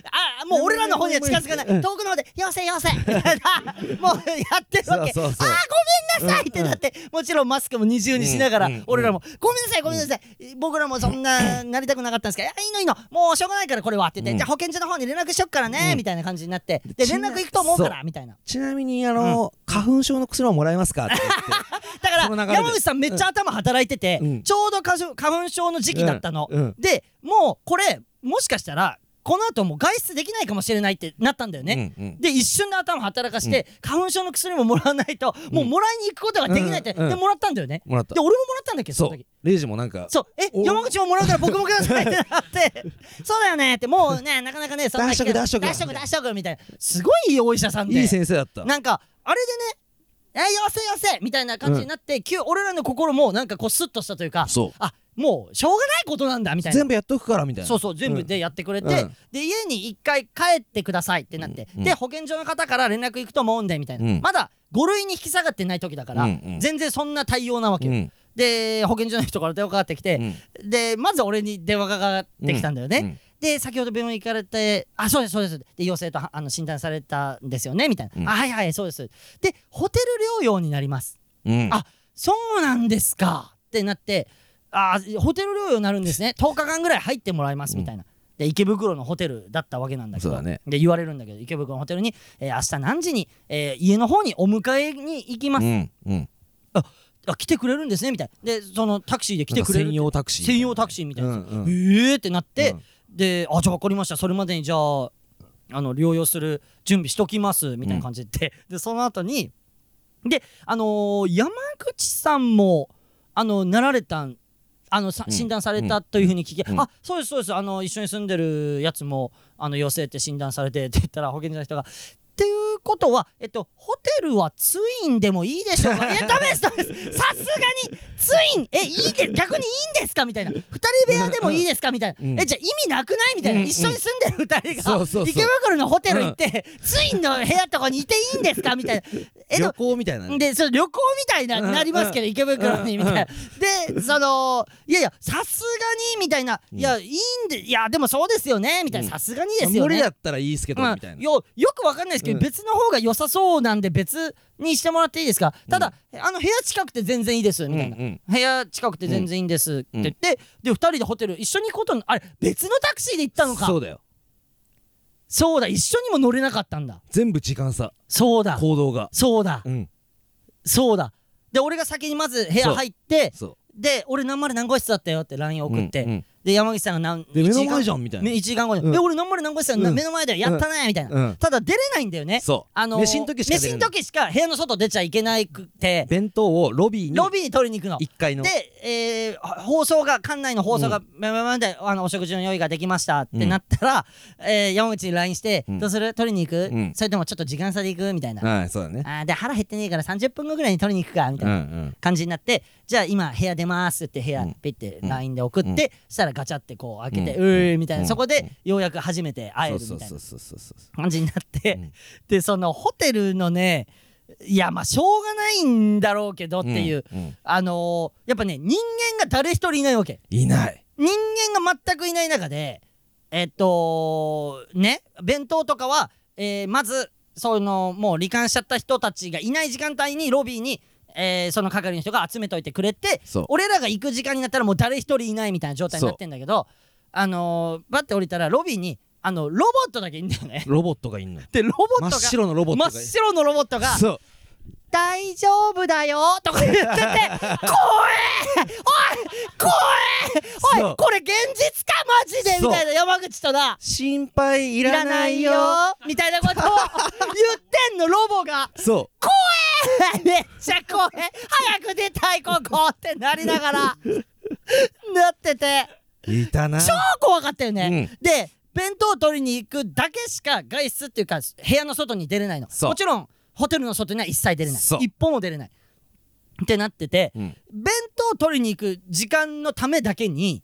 S1: あもう俺らの方には近づかない、
S2: うん
S1: 遠くの方で「陽性陽性!」みたいな [LAUGHS] もうやってるわけ
S2: そうそうそう
S1: あーごめんなさい!」ってなって、もちろんマスクも二重にしながら、
S2: うんうん
S1: 俺らも「ごめんなさいごめんなさい、僕らもそんななりたくなかった [LAUGHS] んですけどいやいいのいいのもうしょうがないからこれは」って言って、
S2: うん
S1: じゃあ保健所の方に連絡しとくからね」
S2: うん
S1: みたいな感じになってで
S2: ち
S1: 連
S2: な
S1: 絡行くと思うか
S2: そ
S1: らみたいな
S2: ちなみにあの花粉症の薬はもらえますかって
S1: だか
S2: その
S1: ら
S2: 流れで
S1: 山口さんめっちゃ頭働いてて、
S2: うん
S1: ちょうど花粉花粉症の時期だったの、
S2: うんうん
S1: でもうこれもしかしたらこの後もう外出できないかもしれないってなったんだよね、
S2: 言ってうんうん
S1: で一瞬で頭働かして、花粉症の薬ももらわないと、もうもらいに行くことができないって、
S2: うんうん
S1: でもらったんだよね、
S2: もらった
S1: で俺ももらったんだっけどその
S2: そう
S1: 時
S2: レイジもなんか
S1: そうえ
S2: お
S1: 山口もも
S2: [LAUGHS]
S1: らうから僕もくださいってなってそうだよねってもうねなかなかねそんな
S2: 出しとく出しとく
S1: 出しとく出しとくみたいなすごいいいお医者さんで
S2: いい先生だった
S1: なんかあれでねえよせよせみたいな感じになって、急俺らの心もなんかこうスッとしたというか
S2: そう
S1: あもうしょうがないことなんだみたいな
S2: 全部やっとくからみたいな
S1: そうそう全部でやってくれて、
S2: うん
S1: で家に一回帰ってくださいってなって、
S2: うん
S1: で保健所の方から連絡行くと思うんでみたいな、
S2: うん
S1: まだ5類に引き下がってない時だから、
S2: うんうん
S1: 全然そんな対応なわけよ、
S2: うん
S1: で保健所の人から電話かかってきて、でまず俺に電話がかかってきたんだよね、
S2: うん
S1: で先ほど病院行かれて「あそうですそうです」で陽性とあの診断されたんですよねみたいな「
S2: うん
S1: あはいはいそうです」でホテル療養になります
S2: うんうん
S1: あそうなんですかってなってあーホテル療養になるん
S2: [LAUGHS]
S1: ですね10日間ぐらい入ってもらいますみたいな。で池袋のホテルだったわけなんだけど
S2: そうだね
S1: で言われるんだけど池袋のホテルに、えー明日何時に、えー家の方にお迎えに行きます、
S2: うんうん
S1: あ来てくれるんですねみたいなでそのタクシーで来
S2: 来
S1: てく
S2: てく
S1: れ
S2: れ
S1: る
S2: る
S1: っ
S2: 専
S1: て
S2: 用タクシー
S1: 専用タクシーみたいな、
S2: うんうん
S1: えーってなって、
S2: うん
S1: で「あじゃあ分かりましたそれまでにじゃああの療養する準備しときます」みたいな感じで言って、でその後にであのー山口さんもあのなられたんあのさ
S2: うん
S1: 診断されたというふうに聞き、
S2: うん
S1: あそうですそうですあの一緒に住んでるやつもあの陽性って診断されてって言ったら保健所の人がっていうことは、えっと、ホテルはツインでもいいでしょうか
S2: [LAUGHS]
S1: いや、ダメです、ダメです。さすがに、ツイン、え、いいで、逆にいいんですかみたいな。二人部屋でもいいですかみたいな。
S2: うん
S1: え、じゃあ意味なくないみたいな。
S2: うん
S1: 一緒に住んでる二人
S2: そうそ
S1: が、
S2: うそう
S1: 池袋のホテル行って、ツインの部屋とかにいていいんですかみたいな。えっ
S2: 旅
S1: と、
S2: 行みたいなね
S1: でその旅行みたいな
S2: うん
S1: なりますけど、池袋にみたいな、でそのいやいやさすがにみたいな、いやいいんでいやでもそうですよねみたいな
S2: うん
S1: さすがにですよね
S2: 無理だったらいいですけどみたい
S1: うん
S2: な
S1: よよくわかんないですけど、
S2: うん
S1: 別のの方が良さそうなんで別にしてもらっていいですかただ、あの部屋近くて全然いいですみたいな、
S2: うん
S1: 部屋近くて全然いいんですって言って、で2人でホテル一緒に行くことにあれ別のタクシーで行ったのか
S2: そうだよ
S1: そうだ一緒にも乗れなかったんだ
S2: 全部時間差
S1: そうだ
S2: 行動が
S1: そうだ
S2: うん
S1: そうだで俺が先にまず部
S2: そ
S1: 屋
S2: う
S1: 入って
S2: そ
S1: で俺何何号室だったよって LINE
S2: う
S1: 送って、
S2: うんうん
S1: で山口さんが何
S2: で目の前
S1: じ
S2: じゃんみたい
S1: 1時間後に「
S2: うん
S1: え俺何丸何号室だよ、
S2: うん
S1: 目の前だよやったね」みたいな、
S2: なうん
S1: ただ出れないんだよね
S2: そ
S1: あの
S2: う
S1: ー
S2: 飯の時しか出れ
S1: 飯
S2: な
S1: の
S2: い
S1: 時しか部屋の外出ちゃいけなくて
S2: 弁当をロビーに
S1: ロビーに取りに行くの。
S2: 1階の
S1: で、えー放送が館内の放送が、まままであのお食事の用意ができましたってなったら、えー山口に LINE して、
S2: うん
S1: どうする取りに行く、
S2: うん
S1: それともちょっと時間差で行くみたいな、
S2: はいそうだね
S1: あーで腹減ってねえから30分後ぐらいに取りに行くかみた
S2: う
S1: い
S2: んう
S1: なん感じになって、じゃあ今部屋出ますって部屋
S2: うん
S1: ピッて
S2: うん
S1: LINE で送って、
S2: うん
S1: そしたらガチャってこう開けて、う
S2: うん
S1: ーみたいな、
S2: うん
S1: そこでようやく初めて会えるみ
S2: そうそう
S1: たい
S2: そ
S1: な
S2: うそうそうそう
S1: 感じになって、
S2: うん
S1: でそのホテルのねいやまあしょうがないんだろうけどっていう、
S2: んん
S1: あのーやっぱね人間が誰一人いないわけ
S2: いない
S1: 人間が全くいない中でえっとね弁当とかは、えーまずそのもう罹患しちゃった人たちがいない時間帯にロビーに、えーその係の人が集めといてくれて
S2: そう
S1: 俺らが行く時間になったらもう誰一人いないみたいな状態になってんだけどあのーバッて降りたらロビーにあのロボットだけいんだよね
S2: ロボットがいんの
S1: でロボッ
S2: 真っ
S1: トが
S2: 白のロボット
S1: 真っ
S2: が
S1: 白のロボットが
S2: そう
S1: 「大丈夫だよ」とか言っ
S2: [LAUGHS]
S1: てて「怖えおい怖えお
S2: そ
S1: いうこれ現実かマジで」
S2: そう
S1: みたいな山口とだ
S2: 心配い
S1: 「い
S2: ら
S1: ら
S2: な
S1: ないい
S2: よ
S1: よ」みたいなことを [LAUGHS] 言ってんのロボが [LAUGHS]
S2: そ
S1: 「めっちゃ怖え早く出たいここ」ってなりながらなってて
S2: ういたな
S1: 超怖かったよね。
S2: う
S1: で弁当を取りに行くだけしか外出っていうか部屋の外に出れないの
S2: そう
S1: もちろんホテルの外には一切出れない
S2: そう
S1: 一歩も出れないってなってて、
S2: うん
S1: 弁当を取りに行く時間のためだけに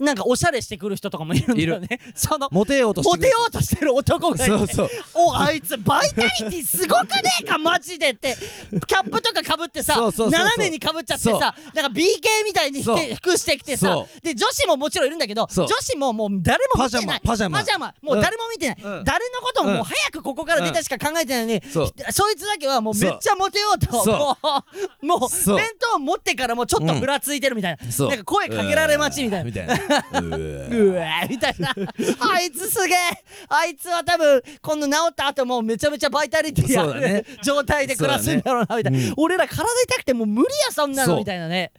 S1: なんかおしゃれしてくる人とかもいるんだよね [LAUGHS] その
S2: モテようとして
S1: モ
S2: く
S1: テ
S2: る
S1: ようとしてる男がいて
S2: そうそう
S1: おあいつバイタリティすごくねえかマジでってキャップとかかぶってさ
S2: そうそうそうそう
S1: 斜めにかぶっちゃって
S2: そう
S1: さなんか BK みたいに
S2: そう
S1: 服服してきてさ
S2: そ
S1: で女子ももちろんいるんだけど
S2: そ
S1: 女
S2: う
S1: 子ももう誰も見てない
S2: パジャマパジャマ
S1: もう誰も見てない、
S2: うん
S1: 誰のことももう早くここから出たしか考えてないのに、
S2: そう
S1: そいつだけはもうめっちゃモテようと
S2: そう
S1: もうもう
S2: そう
S1: 弁当持ってからもうちょっとふらついてるみたいな、
S2: そう
S1: なんか声かけられ待ちみたいな
S2: みたいなうー
S1: うわーみたい
S2: [LAUGHS]
S1: なあいつすげえあいつは多分今度治った後もめちゃめちゃバイタリティあ
S2: そ
S1: る、
S2: うだね
S1: 状態で暮らすんだろうなみたいな、
S2: うん
S1: 俺ら体痛くてもう無理やそんな
S2: そ
S1: の
S2: う
S1: みたいなね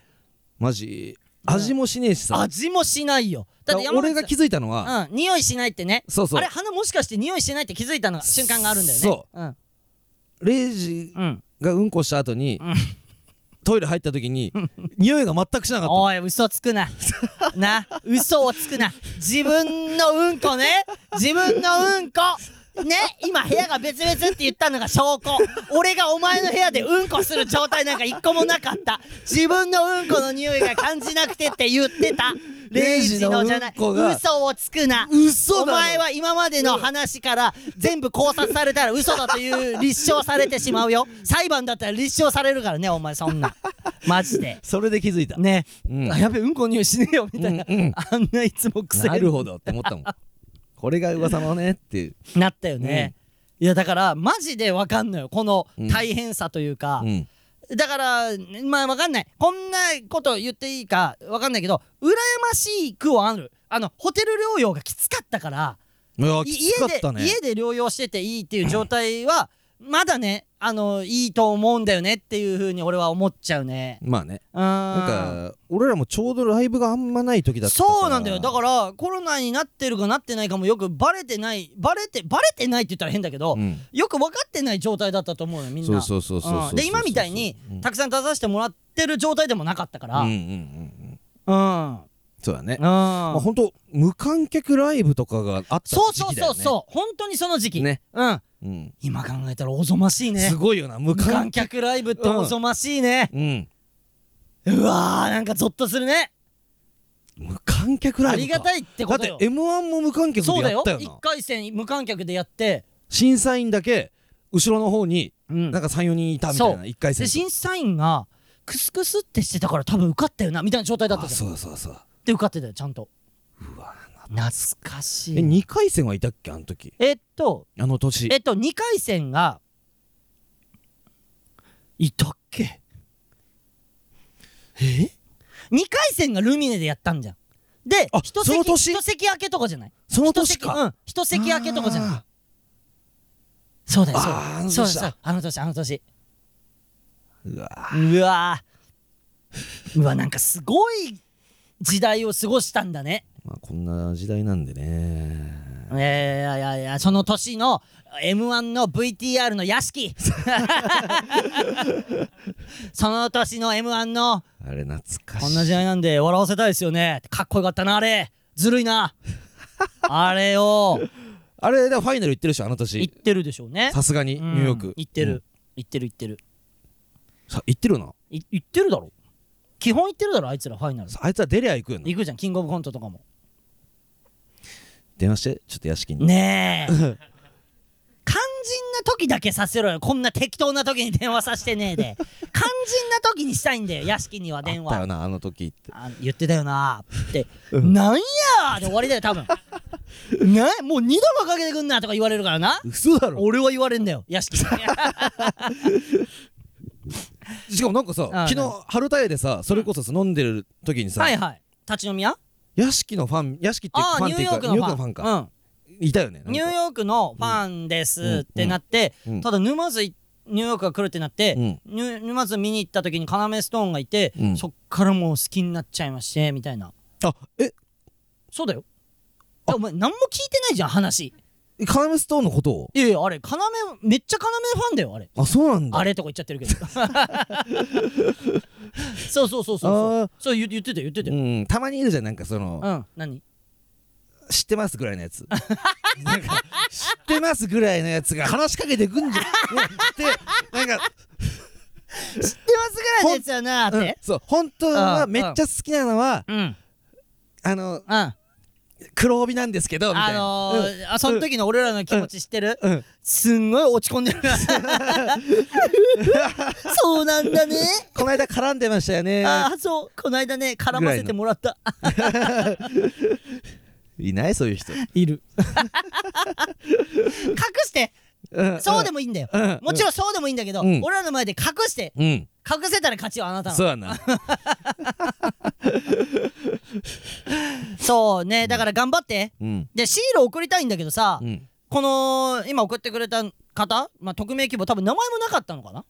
S2: マジ味もしねえしさ
S1: 味もしないよだって山口
S2: 俺が気づいたのは
S1: うん匂いしないってね
S2: そうそう
S1: あれ鼻もしかして匂いしてないって気づいたのが瞬間があるんだよね
S2: そう
S1: うん
S2: レイジ
S1: うん
S2: がうんこした後に
S1: うん
S2: トイレ入った
S1: [LAUGHS]
S2: 時に匂いが全くしなかった
S1: おい嘘つくなな嘘をつくな自分のうんこね自分のうんこね今部屋が別々って言ったのが証拠俺がお前の部屋でうんこする状態なんか一個もなかった自分のうんこの匂いが感じなくてって言ってたレイジのじゃない
S2: レイジのうんこが
S1: 嘘をつくな
S2: 嘘
S1: お前は今までの話から全部考察されたら嘘だという立証されてしまうよ裁判だったら立証されるからねお前そんなマジで
S2: それで気づいた
S1: ね
S2: うん
S1: あやべうんこの匂いしねえよみたいな、
S2: うんうん
S1: あんないつも癖
S2: なるほどって思ったもんこれが噂のねっていう
S1: なったよね、いやだからマジでわかんのよこの大変さというか
S2: う、ん
S1: だからまあわかんないこんなこと言っていいかわかんないけど羨ましくはあるあのホテル療養がきつかったから
S2: いや
S1: い
S2: きつかったね
S1: 家で家で療養してていいっていう状態はまだねあのいいと思うんだよねっていうふうに俺は思っちゃうね
S2: まあね
S1: うーん
S2: なんか俺らもちょうどライブがあんまない時だったから
S1: そうなんだよだからコロナになってるかなってないかもよくバレてないバレてバレてないって言ったら変だけど、
S2: うん
S1: よく分かってない状態だったと思うよみんな
S2: そうそうそうそうそう
S1: うんで今みたいに
S2: うん
S1: たくさん出させてもらってる状態でもなかったからう
S2: う
S1: ん
S2: うん
S1: ん、
S2: うんうん
S1: うん
S2: そうだねまあ本当無観客ライブとかがあった
S1: そう
S2: 時
S1: そう
S2: 期だよ
S1: そ
S2: ね
S1: うそう本当にその時期、
S2: ね
S1: うん
S2: うん
S1: 今考えたらおぞましいね
S2: すごいよな
S1: 無
S2: 無
S1: 観
S2: 観客
S1: 客ライブっておぞましいね、
S2: うん
S1: うわーなんかゾッとするね
S2: 無観客ライブ
S1: ありが
S2: か
S1: たいって
S2: だ
S1: こ
S2: っ
S1: と
S2: て
S1: よ
S2: m 1も無観客で
S1: そうだ
S2: や
S1: よ
S2: ったよ
S1: 一
S2: な
S1: 回戦無観客でやって、
S2: 審査員だけ後ろの方に
S1: うん
S2: なんか34人いたみたい
S1: そ
S2: な一回戦
S1: で
S2: と
S1: 審査員がクスクスってしてたから多分受かったよなみたいな状態だった
S2: あ
S1: じゃん
S2: そうそうそう
S1: で受かってたよちゃんと
S2: うわ懐
S1: 懐かし
S2: え
S1: い
S2: 2回戦はいたっけあの時
S1: えっと
S2: あの年
S1: えっと2回戦がいたっけ
S2: え
S1: 2回戦がルミネでやったんじゃんで
S2: あ
S1: 一
S2: そ
S1: 席
S2: の年
S1: 一席明けとかじゃない
S2: その
S1: 一
S2: 年
S1: 席
S2: か、
S1: うん一席明けとかじゃない
S2: あ
S1: そうだよそうだよ
S2: あーあの
S1: そうだ
S2: 年
S1: そう
S2: だ
S1: だあの年あの年
S2: うわ
S1: うわーうわなんかすごい時代を過ごしたんだね
S2: まあこんな時代なんでね
S1: いやいやいやいやその年の m 1の VTR の屋
S2: [LAUGHS]
S1: 敷その年の m 1の
S2: あれ懐かしい
S1: こんな時代なんで笑わせたいですよねかっこよかったなあれずるいなあれを
S2: あれでもファイナル行ってるでしょあの
S1: 言っ
S2: 年
S1: てるでしょうね
S2: さすがにニューヨーク
S1: うん行って
S2: うん
S1: る行ってる行ってる
S2: さ行ってるよない
S1: 行ってるだろ基本行ってるだろあいつらファイナル
S2: さあいつは出りゃ行くよな
S1: 行くじゃんキングオブコントとかも
S2: 電話してちょっと屋敷に
S1: ねえ肝心な時だけさせろよこんな適当な時に電話させてねえで肝心な時にしたいんだよ屋敷には電
S2: あったよ
S1: 話
S2: なあの時って
S1: あ言ってたよなって「なんや!」で終わりだよ多分ねもう二度もかけてくんなとか言われるからな
S2: 嘘だろ
S1: 俺は言われんだよ
S2: [LAUGHS]
S1: 屋敷に
S2: しかもなんかさ
S1: あ
S2: 昨
S1: 何
S2: 日春田屋でさそれこそさ飲んでる時にさ
S1: はいはい立ち飲み屋
S2: 屋敷のファン屋敷っていうか
S1: あ
S2: フ
S1: あ
S2: ァン
S1: ニ
S2: っ
S1: ュ
S2: て
S1: ー
S2: いう
S1: ヨークの
S2: か
S1: ファン
S2: ファンかいたよね
S1: う
S2: なんか
S1: ん、ニューヨークのファンですってなって、
S2: うんうん
S1: ただ沼津いニューヨークが来るってなって、
S2: うん
S1: ニュ沼津見に行った時に要ストーンがいて、
S2: うん
S1: そっからもう好きになっちゃいましてみたいな
S2: あえ
S1: そうだよ
S2: あ
S1: いやお前何も聞いてないじゃん話
S2: カナメストーンのことを
S1: いやいやあれ要めっちゃ要ファンだよあれ
S2: あそうなんだ
S1: あれとか言っちゃってるけ
S2: [LAUGHS]
S1: どそうそうそうそうそ
S2: あー
S1: うそう言言ってたよ言ってた
S2: う
S1: よ、
S2: んたまにいるじゃんなんかその
S1: うん、何
S2: 知ってますぐらいのやつなんか知ってますぐらいのやつが話しかけてくんじゃんってな
S1: 知っ
S2: んか
S1: てますぐらいですよなっ
S2: うん
S1: て、
S2: そう本当
S1: ああ
S2: はめっちゃ好きなのは
S1: うん、うん、
S2: あの
S1: あ
S2: 黒帯なんですけどみたいな、
S1: のーあその時の俺らの気持ち知ってる、
S2: うんうん
S1: すんごい落ち込んで
S2: [LAUGHS]
S1: るそうなんだね
S2: この間絡んでましたよね
S1: ああそうこの間ね絡ませてもらった
S2: いないそういう人、
S1: いる隠して
S2: うん
S1: そうでもいいんだよ、
S2: うん
S1: もちろんそうでもいいんだけど、
S2: うん
S1: 俺らの前で隠して
S2: うん
S1: 隠せたら勝ちよあなたの
S2: そうやな
S1: そうねだから頑張って
S2: うん
S1: でシール送りたいんだけどさ、
S2: うん
S1: この今送ってくれた方、まあ、匿名希望多分名前もなかったのかな、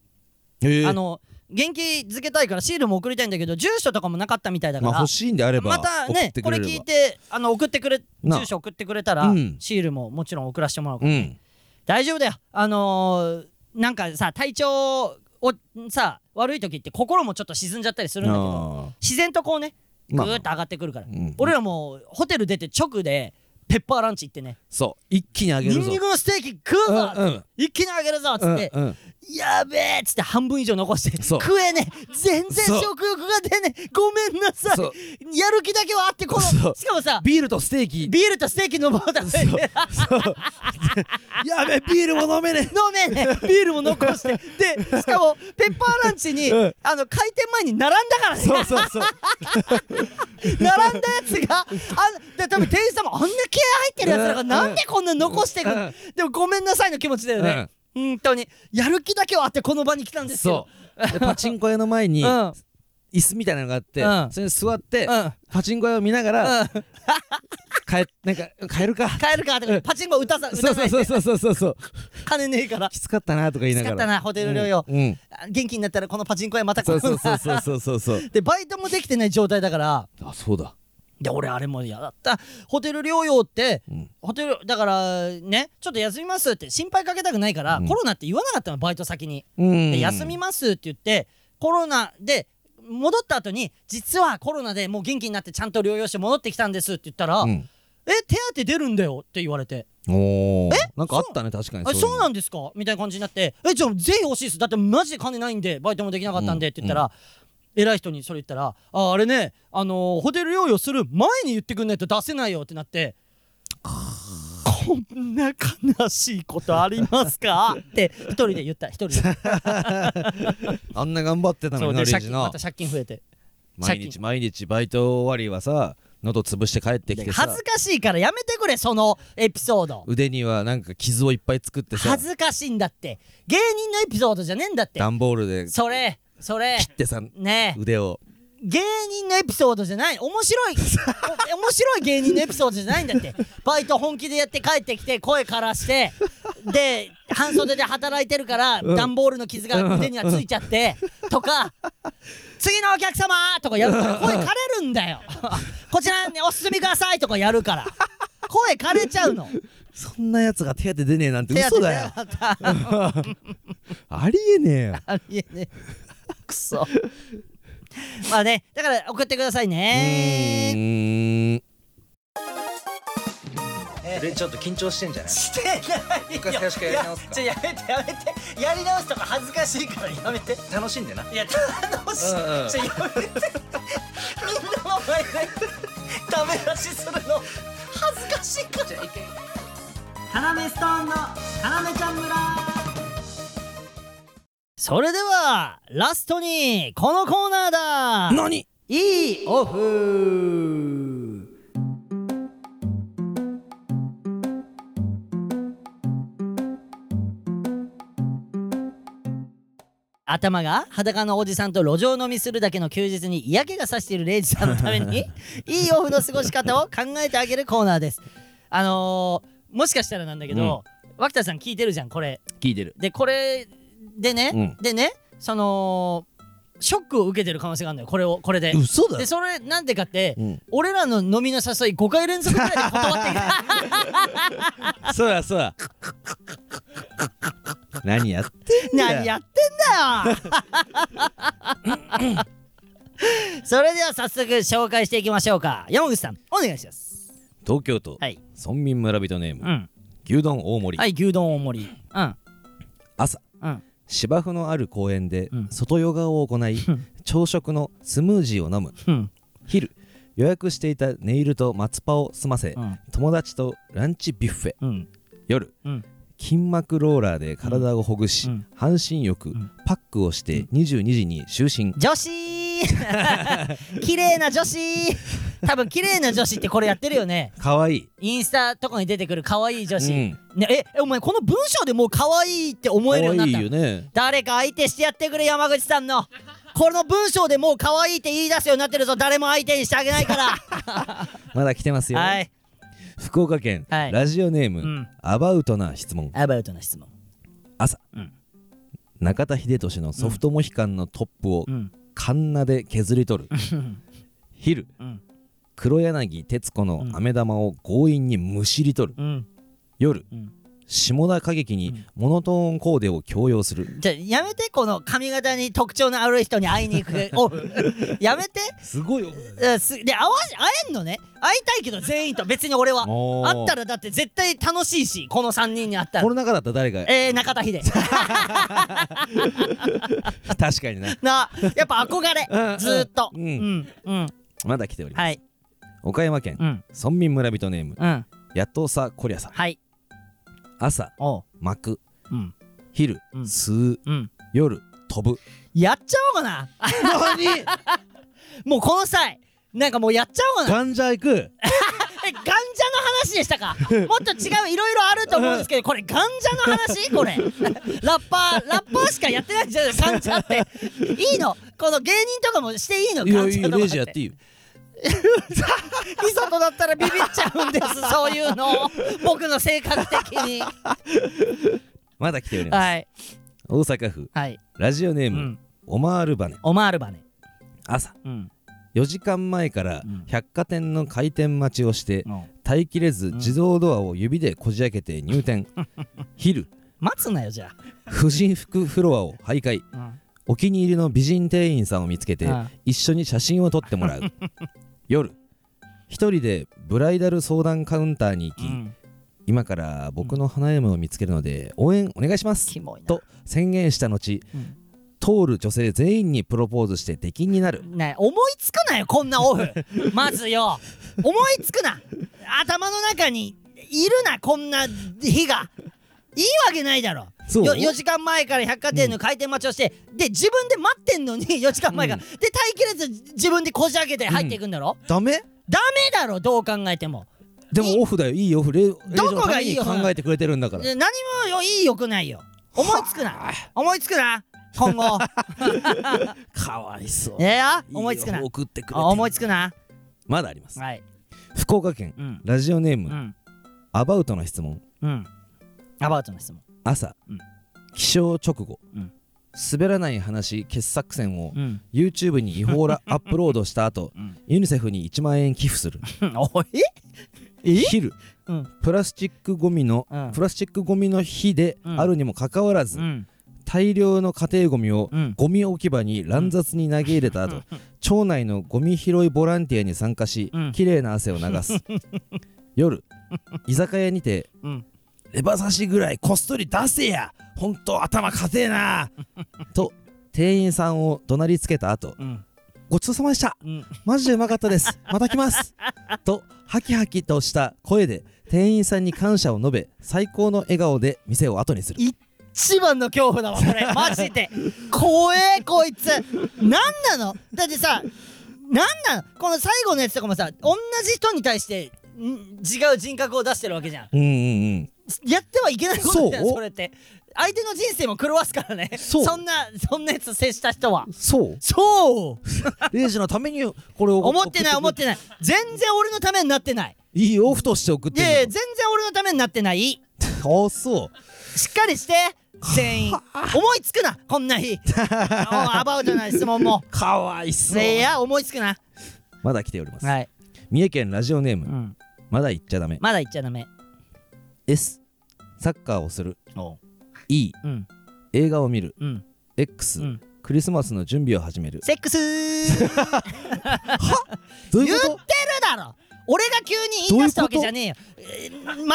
S2: ええ
S1: あの元気づけたいからシールも送りたいんだけど住所とかもなかったみたいだか
S2: ま
S1: ら、
S2: あ欲しいんであれば
S1: また
S2: 送
S1: ね
S2: ってく
S1: これ
S2: れれば
S1: 聞いてあの送ってくれ
S2: なあ
S1: 住所送ってくれたら、
S2: うん
S1: シールももちろん送らせてもらうから、
S2: うん
S1: 大丈夫だよあのー、なんかさ体調をさ悪い時って心もちょっと沈んじゃったりするんだけど
S2: ああ
S1: 自然とこうねぐ
S2: まあ
S1: ーっと上がってくるから、
S2: うん
S1: 俺らもうホテル出て直でペッパーランチ行ってね
S2: そう一気にあげ
S1: ニ
S2: る
S1: ン
S2: ぞ
S1: ニクのステーキ食うぞ、
S2: うんうん
S1: 一気にあげるぞっつって、
S2: うんうん
S1: やべえっつって半分以上残して
S2: そう
S1: 食えねえ全然
S2: そう
S1: 食欲が出ねえごめんなさ
S2: そう
S1: いやる気だけはあってこ
S2: そ
S1: の
S2: う
S1: しかもさ
S2: ビールとステーキ
S1: ビールとステーキ飲もうだ
S2: そう
S1: [LAUGHS]
S2: やべビールも飲めね
S1: 飲めねえビールも残して [LAUGHS] でしかもペッパーランチに、
S2: うん
S1: あの開店前に並んだからね
S2: えそうそ
S1: [LAUGHS]
S2: うそう
S1: 並んだやつがあで多分店員さんもあんな気合入ってるやつらが
S2: うん
S1: なんでこんな残してくる、
S2: うん
S1: でもごめんなさいの気持ちだよね、本当にやる気だけはあってこの場に来たんですよ
S2: そうでパチンコ屋の前に
S1: うん
S2: 椅子みたいなのがあって、
S1: うん
S2: それに座って、
S1: うん
S2: パチンコ屋を見ながら、
S1: うん
S2: 帰なんか帰るか
S1: 帰るかとかパチンコ打たさ打
S2: そ
S1: た
S2: う
S1: ない
S2: そうそうそうそうそう
S1: 金ねえから
S2: きつかったなとか言いな
S1: 使
S2: がら
S1: ったなホテル療養、
S2: うん、うん
S1: あ元気になったらこのパチンコ屋また来
S2: そ
S1: る
S2: うそうそうそうそうそうそ
S1: [LAUGHS]
S2: う
S1: でバイトもできてない状態だから
S2: [LAUGHS] あそうだ
S1: で俺あれも嫌だったホテル療養って、
S2: うん
S1: ホテルだからねちょっと休みますって心配かけたくないから、
S2: うん
S1: コロナって言わなかったのバイト先に、
S2: うん
S1: で休みますって言ってコロナで戻った後に実はコロナでもう元気になってちゃんと療養して戻ってきたんですって言ったら、
S2: うん、
S1: え手当出るんだよって言われて
S2: おおなんかあったね確かに
S1: あそうなんんですかみたいな感じになって「えじゃあぜひ欲しいですだってマジで金ないんでバイトもできなかったんで」って言ったら、偉い人にそれ言ったら「ああれね、あのーホテル療養する前に言ってくんないと出せないよ」ってなって「こんな悲しいことあります [LAUGHS] か? 」って一人で言った一 [LAUGHS] 人で
S2: あんな頑張ってたの
S1: そう
S2: にな
S1: で
S2: レ
S1: 借金
S2: ジな
S1: また借金増えて
S2: 毎
S1: 借
S2: 日
S1: 金
S2: 毎日バイト終わりはさ喉潰して帰ってきてさ
S1: 恥ずかしいからやめてくれそのエピソード
S2: 腕にはなんか傷をいっぱい作ってさ
S1: 恥ずかしいんだって芸人のエピソードじゃねえんだって
S2: 段ボールで切
S1: それそれ
S2: ってさ
S1: ねえ
S2: 腕を
S1: 芸人のエピソードじゃない面
S2: [LAUGHS]
S1: 白いお面白い芸人のエピソードじゃないんだってバイト本気でやって帰ってきて声枯らしてで半袖で働いてるから
S2: うん
S1: 段ボールの傷が腕にはついちゃってとか次のお客様とかやるから声枯れるんだよこちらにお進みくださいとかやるから声枯れちゃうの
S2: そんなやつが手当て出ねえなんて
S1: 手当
S2: 嘘
S1: て
S2: だよ
S1: なかった
S2: ありえねえよ
S1: ありえねえくそまあねだから送ってくださいね
S2: うーん
S1: してないよいや
S2: 回しからやり直すか
S1: ちょやめてやめてやり直すとか恥ずかしいからやめて
S2: 楽しんでない
S1: や楽しい、
S2: うんうん
S1: ちょやめてみんなの前でダメ出しするの恥ずかしいからタナメストーンのタナメちゃん村それではラストにこのコーナーだ
S2: 何
S1: いいオフ頭が裸のおじさんと路上飲みするだけの休日に嫌気がさしているレイジさんのため
S2: [LAUGHS]
S1: にいいオフの過ごし方を考えてあげるコーナーですあのー、もしかしたらなんだけど、脇田さん聞いてるじゃんこれ
S3: 聞いてる
S1: でこれでね、
S2: うん
S1: でねそのショックを受けてる可能性があるのよこれをこれで
S2: 嘘だ
S1: で
S2: よ
S1: それなんでかって、
S2: うん
S1: 俺らの飲みの誘い5回連続ぐらいで断ってきた
S2: そうやそうや何やってんだ
S1: [LAUGHS]
S2: よ
S1: 何やってんだよ [LAUGHS] それでは早速紹介していきましょうか山口さんお願いします
S2: 東京都、
S1: はい
S2: 村民村人ネーム、
S1: うん
S2: 牛丼大盛り、
S1: はい牛丼大盛りうん
S2: 朝
S1: うん
S2: 芝生のある公園で
S1: うん
S2: 外ヨガを行い、
S1: ん
S2: 朝食のスムージーを飲む
S1: うん
S2: 昼予約していたネイルと松葉を済ませ、
S1: うん
S2: 友達とランチビュッフェ
S1: うん
S2: 夜、
S1: うん
S2: 筋膜ローラーで体をほぐし、
S1: うん
S2: 半身浴、
S1: ん
S2: パックをして22時に就寝、
S1: 女子 [LAUGHS] 綺麗な女子多分綺麗な女子ってこれやってるよね
S2: かわいい、
S1: インスタとかに出てくる可愛い女
S2: う
S1: 子、
S2: ん、
S1: ねええお前この文章でもう可愛いって思えるようにな
S2: かわ
S1: っ
S2: いい
S1: た
S2: よね
S1: 誰か相手してやってくれ山口さんのこの文章でもう可愛いって言い出すようになってるぞ誰も相手にしてあげないから
S2: まだ来てますよ、
S1: はい
S2: 福岡県、
S1: はい
S2: ラジオネーム、
S1: うん
S2: アバウトな質問
S1: アバウトな質問
S2: 朝、
S1: うん
S2: 中田秀俊のソフトモヒカンのトップを
S1: うん
S2: カンナで削り取る、昼
S1: うん
S2: 黒柳徹子の
S1: うん
S2: 飴玉を強引にむしり取る
S1: うん
S2: 夜、
S1: うん
S2: 下田歌劇にモノトーンコーデを強要する、
S1: じゃあやめてこの髪型に特徴のある人に会いに行くおやめて
S2: すごいよ
S1: うんすで会わ会えんのね会いたいけど全員と別に俺は会ったらだって絶対楽しいしこの3人に会った
S2: こ
S1: ら
S2: の中だったら誰が
S1: えー、中田秀
S2: 確かにな
S1: なやっぱ憧れ
S2: うん
S1: ずーっと
S2: うん
S1: うんうん
S2: まだ来ております、
S1: はい
S2: 岡山県、
S1: うん
S2: 村民村人ネーム
S1: うん
S2: やっとさこりゃさん
S1: はい
S2: 朝
S1: おう
S2: 巻く
S1: うん
S2: 昼、
S1: うん
S2: 吸う
S1: うん
S2: 夜飛ぶ
S1: やっちゃおうかな
S2: 何
S1: もうこの際なんかもうやっちゃおうかな
S2: ガンジャ行く
S1: えガンジャの話でした
S2: [LAUGHS]
S1: かもっと違ういろいろあると思うんですけどこれガンジャの話これラッパーラッパーしかやってないんじゃないガンジャっていいのこの芸人とかもしていいの
S2: い
S1: ガ
S2: や
S1: ン
S2: い
S1: ジ
S2: い
S1: ャ
S2: よ
S1: と
S2: レ
S1: か
S2: イジやっていいよ
S1: いそとだったらビビっちゃうんですそういうの僕の性格的に
S2: まだ来ております、
S1: はい
S2: 大阪府
S1: はい、
S2: ラジオネー
S1: う
S2: ム、
S1: ん、
S2: オマールバネ
S1: オマールバネ
S2: 朝
S1: うん
S2: 4時間前から
S1: うん
S2: 百貨店の開店待ちをして耐えきれず
S1: ん
S2: 自動ドアを指でこじ開けて
S1: [LAUGHS]
S2: 入店昼
S1: 待つなよじゃ
S2: 婦人服フロアを徘徊
S1: あ、うん
S2: お気に入りの美人店員さんを見つけて
S1: ああ
S2: 一緒に写真を撮っても
S1: [LAUGHS]
S2: らう夜一人でブライダル相談カウンターに行き、
S1: うん
S2: 今から僕の花嫁を見つけるので応援お願いします
S1: キモいな
S2: と宣言した後、
S1: うん
S2: 通る女性全員にプロポーズして出禁になる
S1: ねえ思いつくなよこんなオ
S2: [LAUGHS]
S1: フまずよ思いつくな頭の中にいるなこんな日がいいわけないだろ
S2: そう
S1: よ4時間前から百貨店の開店待ちをして、で自分で待ってんのに4時間前から、で耐えきれず自分でこじ開けて入っていくんだろ、
S2: ダメ
S1: ダメだろどう考えても
S2: でもオフだよいいオフ冷冷
S1: ど
S2: 蔵
S1: こがいい
S2: の
S1: オフ
S2: た
S1: なの
S2: めに考えてくれてるんだから
S1: で何もよいいよくないよ思いつくな思いつくな今
S2: [LAUGHS]
S1: 後
S2: かわいそう
S1: ええや思いつくな
S2: よ送ってくれて
S1: あ思いつくな
S2: まだあります
S1: はい
S2: 福岡県
S1: うん
S2: ラジオネーム、
S1: うん
S2: アバウトの質問
S1: うんアバウトの質問
S2: 朝、
S1: うん
S2: 起床直後、
S1: うん
S2: 滑らない話傑作戦を
S1: うん
S2: YouTube に違法ら [LAUGHS] アップロードした後、
S1: うん
S2: ユニセフに1万円寄付する
S1: おいえ
S2: 昼、
S1: うん
S2: プラスチックゴミの、
S1: うん
S2: プラスチックゴミの日で
S1: うん
S2: あるにもかかわらず、
S1: うん
S2: 大量の家庭ゴミを
S1: うん
S2: ゴミ置き場に乱雑に投げ入れた後、町内のゴミ拾いボランティアに参加し、
S1: うん
S2: 綺麗な汗を流
S1: [LAUGHS]
S2: す夜居酒屋にて、
S1: うん
S2: レバ刺しぐらいこっそり出せやほんと頭かてえ
S1: [LAUGHS]
S2: なと店員さんを怒鳴りつけた後
S1: うん
S2: ごちそうさまでした
S1: うん
S2: マジでうまかったですまた
S1: [LAUGHS]
S2: 来ますとハキハキとした声で店員さんに感謝を述べ最高の笑顔で店を後にする
S1: 一番の恐怖だわこ [LAUGHS] れマジで怖えこいつなんなのだってさなんなのこの最後のやつとかもさ同じ人に対してん違う人格を出してるわけじゃん
S2: うんうんうん
S1: やってはいけないことだよ
S2: そう
S1: それって相手の人生も狂わすからね
S2: そう
S1: そんなそんなやつ接した人は
S2: そう
S1: そう
S2: レイジのためにこれを
S1: 思ってない思っ
S2: ない
S1: てない全然俺のためになってない
S2: いいオフとして送っ
S1: いやいや
S2: て
S1: 全然俺のためになってない
S2: るのあそう
S1: しっかりして全 [LAUGHS] 員思いつくなこんな日あアバウトな質問 [LAUGHS] も
S2: かわいそ
S1: いや思いつくな
S2: まだ来ております、
S1: はい、
S2: 三重県ラジオネーム、
S1: うん、
S2: まだ言っちゃダメ
S1: まだ言っちゃダメ
S2: S サッカーをする
S1: おう
S2: E
S1: うん
S2: 映画を見る
S1: うん、
S2: X、
S1: うん
S2: クリスマスの準備を始める
S1: セックスー
S2: どうい
S1: 言
S2: う
S1: って
S2: こ
S1: るだろ俺が急に言い出したわけじゃねえ [LAUGHS] よえー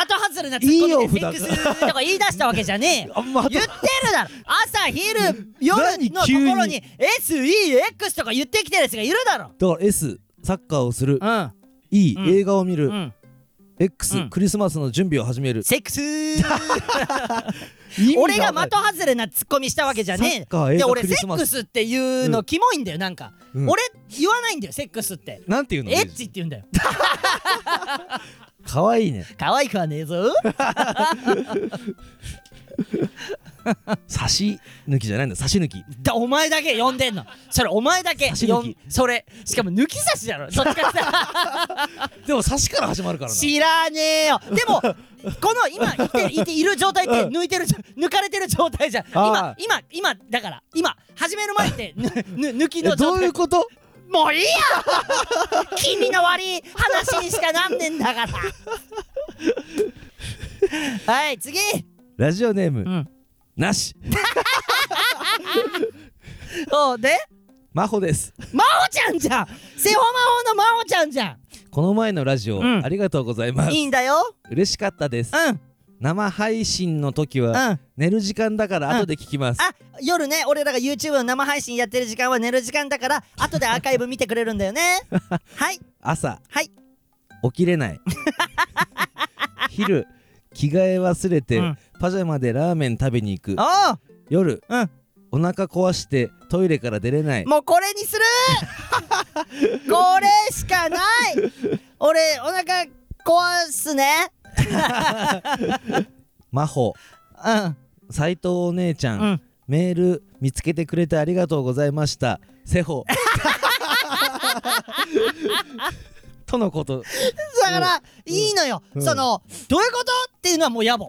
S1: 的外れなツッコミでセックスーとか言い出したわけじゃ [LAUGHS] ねえよ
S2: とあま
S1: 言ってるだろ朝昼夜のところに SEX とか言ってきてるやつがいるだろ
S2: だから S サッカーをする
S1: う
S2: E、
S1: うん
S2: 映画を見る、
S1: んうん
S2: X、
S1: うん
S2: クリスマスの準備を始める
S1: セックスー
S2: 意味
S1: 俺が
S2: わかん
S1: 的外れなツッコミしたわけじゃね
S2: サッカー
S1: え
S2: 映
S1: で
S2: 画
S1: 俺
S2: ク
S1: セ
S2: リス
S1: ッ
S2: マ
S1: ク
S2: ス
S1: スっていうのキモいんだよなんか、
S2: うん
S1: 俺言わないんだよセックスって
S2: なんていうの
S1: エッチって言うんだよ
S2: かわいいね
S1: 可愛くはねえぞ
S2: 差し抜きじゃないんだ差し抜き
S1: だお前だけ呼んでんのそれお前だけ
S2: 差し抜き
S1: 呼んそれしかも抜き差しだ
S2: [LAUGHS]
S1: ろそっちからさ
S2: でも差しから始まるからな
S1: 知らねえよでもこの今いていている状態って
S2: う
S1: 抜いてるじゃ抜かれてる状態じゃん今
S2: あ
S1: 今今だから今始める前ってぬぬ抜き
S2: え
S1: の
S2: ど
S1: 状
S2: うい
S1: 態
S2: うこと
S1: もういいや君の悪い話にしかなんねんだからはい次
S2: ラジオネーム、
S1: ん
S2: なし
S1: おうで
S2: 真帆です
S1: 真央ちゃんじゃんセホマホの真央ちゃんじゃ
S2: この前のラジオ、
S1: うん
S2: ありがとうございま
S1: ん
S2: す
S1: いいんだよ
S2: 嬉しかったです
S1: うんうん
S2: 生配信の時は、
S1: あ
S2: 寝る時間だから
S1: うん
S2: 後で聞きます、
S1: 夜ね俺らが YouTube の生配信やってる時間は寝る時間だから後でアーカイブ見てくれるんだよねはい
S2: 朝、
S1: はい
S2: 起きれない
S1: [LAUGHS]
S2: 昼着替え忘れて、
S1: うん
S2: パジャマでラーメン食べに行く
S1: おう
S2: 夜、
S1: うん
S2: お腹壊してトイレから出れない
S1: もうこれにするこれしかない俺お腹壊すね
S2: 真帆
S1: うん
S2: 斉藤お姉ちゃん、
S1: うん
S2: メール見つけてくれてありがとうございました
S1: [LAUGHS]
S2: セホとのこと
S1: だから、いいのよ、
S2: うん
S1: そのどういうことっていうのはもう
S2: [LAUGHS]
S1: 野暮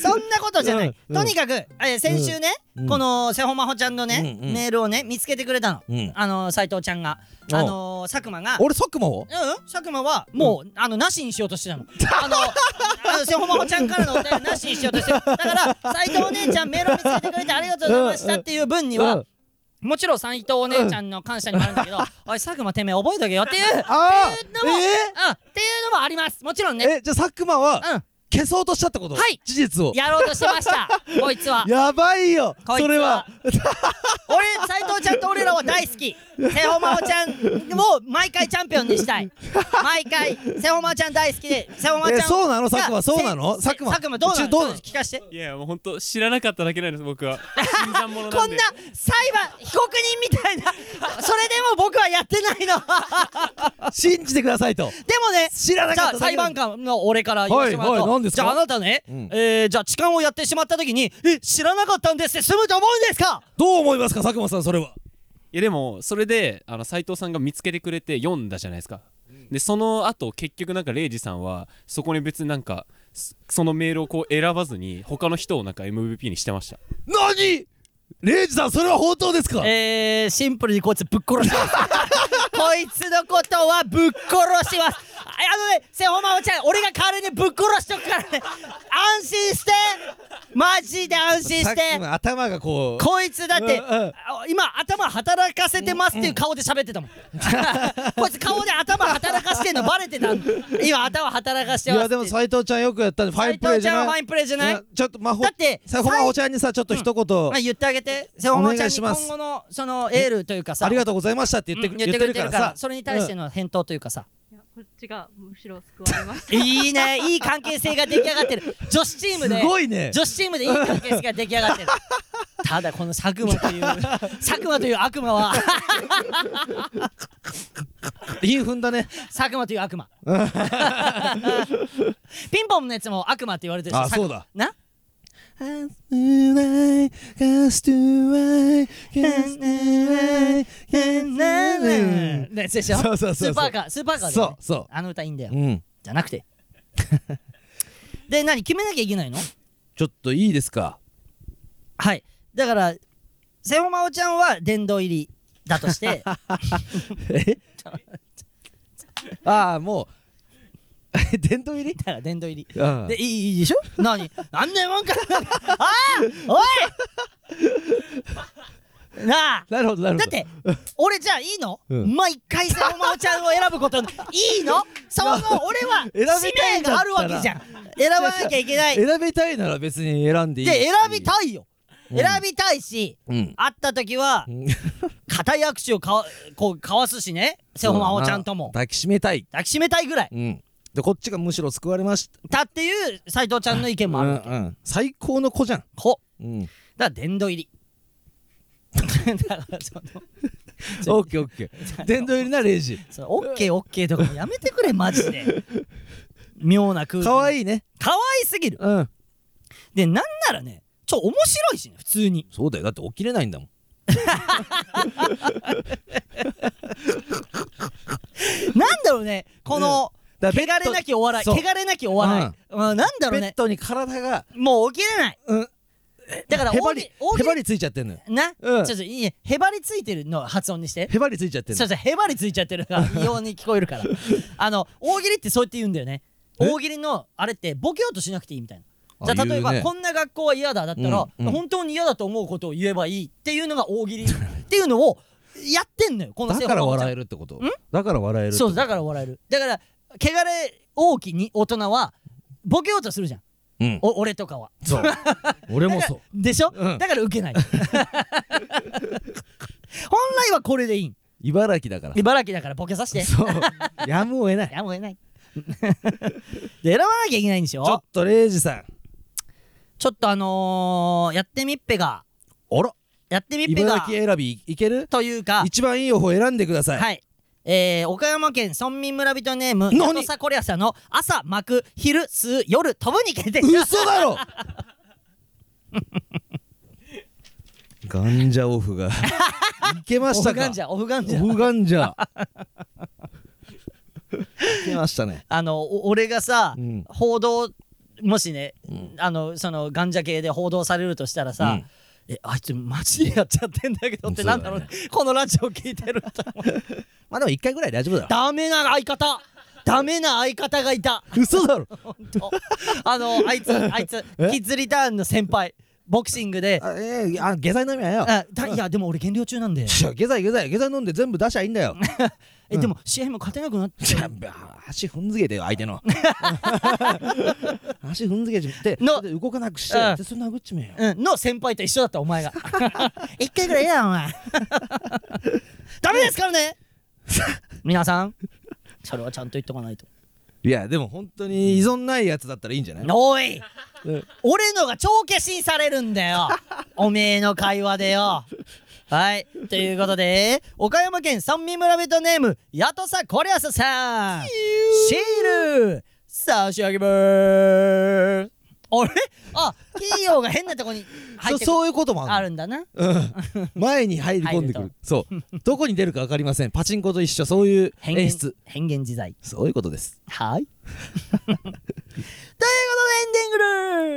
S1: そんなことじゃない、
S2: うんうん
S1: とにかくえ先週ね、
S2: うん
S1: この瀬穂真帆ちゃんのね、
S2: うんうん
S1: メールをね見つけてくれたの、
S2: うん
S1: あの斎藤ちゃんが
S2: おう
S1: あの佐久間が
S2: 俺ソックマを
S1: うん、佐久間はもう、あのなしにしようとしてたの。あの、あの瀬穂真帆ちゃんからのお便りなしにしようとしてる。だから、斉藤お姉ちゃんメールを見つけてくれてありがとうございましたっていう分には、
S2: うん
S1: もちろん斉藤お姉ちゃんの感謝にもあるん
S2: [LAUGHS]
S1: だけど、おい佐久間てめえ覚えとけよっていう。
S2: あ
S1: っていうのも、うん、っていうのもあります。もちろんね。
S2: ーえじゃあ佐久間は
S1: うん。
S2: 消そうとしたってこと
S1: はい
S2: 事実を
S1: やろうとしてました
S2: [LAUGHS]
S1: こいつは
S2: やばいよ
S1: こいつは
S2: それは
S1: 俺斎藤ちゃんと俺らは大好き瀬穂真央ちゃんも毎回チャンピオンに
S2: [LAUGHS]
S1: したい毎回瀬穂真央ちゃん大好きで瀬穂真央
S2: え
S1: ちゃん
S2: そうなの
S1: が
S2: 佐久間そうなの
S1: せ
S2: 佐久間
S1: 佐久間どうな
S2: ち
S1: の
S2: ょどうなの
S1: 聞かして
S3: いやもう本当知らなかっただけなんです
S1: [LAUGHS]
S3: 僕は新参者
S1: こ
S3: なん
S1: ん
S3: で
S1: な裁判被告人みたいなそれでも僕はやってない
S2: [LAUGHS]
S1: の
S2: 信じてくださいと
S1: でもね
S2: 知らな
S1: じゃ
S2: かっ
S1: あ
S2: た
S1: 裁判官の俺から言わせてもらうと、
S2: はいはい何ですか
S1: じゃああなたね、
S2: うん
S1: えー、じゃあ痴漢をやってしまった時にえ知らなかったんですって済むと思うんですか
S2: どう思いますか佐久間さんそれはい
S3: やでもそれであの斉藤さんが見つけてくれて読んだじゃないですか、でその後結局なんかレイジさんはそこに別になんかそそのメールをこう選ばずに他の人をなんか MVP にしてました
S2: 何レイジさんそれは本当ですか
S1: えー、シンプルにこいつぶっ殺し
S2: [LAUGHS]
S1: ますこいつのことはぶっ殺しますああのね瀬穂真央ちゃん俺が代わりにぶっ殺しとくからね安心してマジで安心
S2: さ
S1: し
S2: ってきの頭がこう
S1: こいつだって、
S2: うんうん
S1: あ今頭働かせてますっていう顔で喋ってた
S2: [LAUGHS]
S1: もん、こいつ顔で頭働かしてんのバレてたの今頭働かして
S2: い
S1: ます
S2: やでも斎藤ちゃんよくやったねファインプレー
S1: 藤
S2: じ
S1: ちゃん
S2: ゃ
S1: はフ
S2: な
S1: ァイ
S2: い
S1: ンプレーじゃない、
S2: なちょっと魔法
S1: だって
S2: さほまおちゃんにさちょっと一
S1: まあ、
S2: 言
S1: 言ってあげて瀬尾真央ちゃんに
S2: お願いします
S1: 今後のそのエールというかさ
S2: ありがとうございましたって言って
S1: うん
S2: く言ってるからさ
S1: それに対しての返答というかさ、
S4: いやこっちがむしろ救われました
S1: いいねいい関係性が出来上がってる女子チーム
S2: す
S1: で
S2: ごいね
S1: 女子チームでいい関係性が出来上がってるただこの佐久間
S2: [LAUGHS]
S1: という佐久間という悪魔は [LAUGHS]
S2: いい踏んだね
S1: 佐久間という
S2: [LAUGHS]
S1: 悪魔ピンポンのやつも悪魔って言われてるし
S2: あ
S1: 佐久
S2: そうだ
S1: な
S2: そ
S1: のやつでしょ
S2: そうそう
S1: ス
S2: そうそう
S1: ーパーカースーパーカーだよね
S2: うそ
S1: あの歌いいんだよ
S2: ううん
S1: じゃなくてで何決めなきゃいけないの
S2: ちょっといいで
S1: [LAUGHS]
S2: すか
S1: はいだから瀬尾真央ちゃんは殿堂入りだとして
S2: [LAUGHS] えああもう [LAUGHS] 殿堂入り
S1: だから殿堂入り
S2: うん
S1: でいいいいでしょ何何年もんかああおい [LAUGHS] なあ
S2: なるほどなる
S1: だ
S2: ほど
S1: って俺じゃあいいの、
S2: うん
S1: 毎回瀬尾真央ちゃんを選ぶことにいいのその俺は
S2: 選びたいんだ
S1: 使命
S2: ったら
S1: があるわけじゃん選ばなきゃいけないで
S2: 選びたいなら別に選んでいい
S1: 選びたいよ、
S2: うん
S1: 選びたいし
S2: うん
S1: 会った時は
S2: うん
S1: 固い握手をかわこう交わすしね瀬尾真央ちゃんとも
S2: 抱きしめたい
S1: 抱きしめたいぐらい
S2: うんでこっちがむしろ救われました
S1: だっていう斎藤ちゃんの意見もある、
S2: うんうん最高の子じゃん
S1: ほ
S2: うん
S1: だから殿堂入り [LAUGHS] だからその
S2: オッケーオッケー殿堂入りなレイジ
S1: そのオッケーオッケーとかもやめてくれマジで妙な空気
S2: 可
S1: い
S2: 愛いね
S1: かわいすぎる
S2: うん
S1: でなんならねちょ面白いしね普通に
S2: そうだよだって起きれないんだもん
S1: なんだろうねこの
S2: だからベッ
S1: 汚
S2: ド
S1: れなきお笑い
S2: そう
S1: 汚れなきお笑い、うん、なんだろう
S2: ベッ
S1: ね
S2: ドに体が
S1: もう起きれない
S2: うん
S1: だから
S2: へば
S1: 大
S2: り
S1: き大
S2: へ
S1: き
S2: ばりついちゃってんのよ
S1: な、
S2: うん
S1: ちょっといいえへばりついてるの発音にして
S2: へばりついちゃってん
S1: そ
S2: の
S1: うそうへばりついちゃってる
S2: [LAUGHS]
S1: から異様に聞こえるからあの大喜利ってそうやって言うんだよね
S2: え
S1: 大喜利のあれってボケようとしなくていいみたいな
S2: あ
S1: じゃあ例えば、
S2: 言うね
S1: こんな学校は嫌だだったら、
S2: うんうん
S1: 本当に嫌だと思うことを言えばいいっていうのが大
S2: [LAUGHS]
S1: 喜利っていうのをやってんのよこの
S2: だから笑え
S1: る
S2: るってことだから笑えるってこ
S1: そ
S2: と
S1: うだから笑えるだから汚れ大きに大人はボケようとするじゃん
S2: うん
S1: お俺とかは
S2: そう俺も
S1: だ
S2: そ
S1: か
S2: う
S1: らでしょ、
S2: う
S1: [LAUGHS]
S2: ん
S1: だから受け
S2: [LAUGHS]
S1: ない本来はこれでいいん
S2: 茨城だから
S1: 茨城だからボケさせて
S2: そうやむを
S1: [LAUGHS]
S2: 得ない
S1: やむを得ない。で選ばなきゃいけないんでしょ
S2: ち
S1: ち
S2: ょ
S1: ょ
S2: っとレイジさん
S1: っとあのー、やってみっぺが、
S2: あら
S1: やってみっぺ
S2: 茨
S1: が、
S2: 城選びいける
S1: というか、
S2: 一番いい方選んでください
S1: はい。えー、岡山県村民村人ネーム、
S2: 何
S1: ナトサコリアさんの朝巻く、昼吸う、夜飛ぶに決定します。
S2: 嘘だ [LAUGHS] ろガンジャオフがいけま
S1: オ
S2: した
S1: フ
S2: か
S1: ガンジャ、オフガンジ
S2: オ
S1: ャ。
S2: フガンジャ [LAUGHS] いけましたね
S1: あの、お俺がさ、
S2: うん
S1: 報道、もしね、あの、その、ガンジャ系で報道されるとしたらさ、
S2: うん
S1: え、あいつマジでやっちゃってんだけどって
S2: そうだ
S1: な
S2: ね
S1: んだろうね。このラジオ聞いてると思う。
S2: まあでも一回ぐらい大丈夫だろ
S1: ダメな相方ダメな相方がいた
S2: 嘘だろ
S1: ほんとあのあいつあいつ
S2: え
S1: キッズリターンの先輩ボクシングで
S2: あ [LAUGHS] ええあ下剤飲みゃよ
S1: あだいやでも俺減量中なんで
S2: いや下剤下剤下剤飲んで全部出しゃいいんだよ
S1: えでも試合も勝てなくなって
S2: いや足踏んづけてよ相手 [LAUGHS] の足踏んづけちゃって
S1: の
S2: で動かなくし
S1: うん
S2: てでそれ殴っちまえよ
S1: [LAUGHS] うん、の先輩と一緒だったお前 [LAUGHS] が一回ぐらいやお前 [LAUGHS] ダメですからね皆さんそれはちゃんと言っとかないと
S2: いやでも本当に依存ないやつだったらいいんじゃない
S1: おい
S2: うん
S1: 俺のが帳消しにされるんだ [LAUGHS] よおめえの会話でよはいということで岡山県三味村人ネームやとさこりゃささんシール差し上げまーすあれあ企業が変なとこに入
S2: そ
S1: ってくる
S2: そういうことも
S1: あ
S2: ある
S1: るんだな
S2: うん前に入り込んでく
S1: 入
S2: る
S1: [LAUGHS]
S2: そうどこに出るか分かりませんパチンコと一緒そういう
S1: 変幻
S2: 演出
S1: 変幻自在
S2: そういうことです
S1: はいとい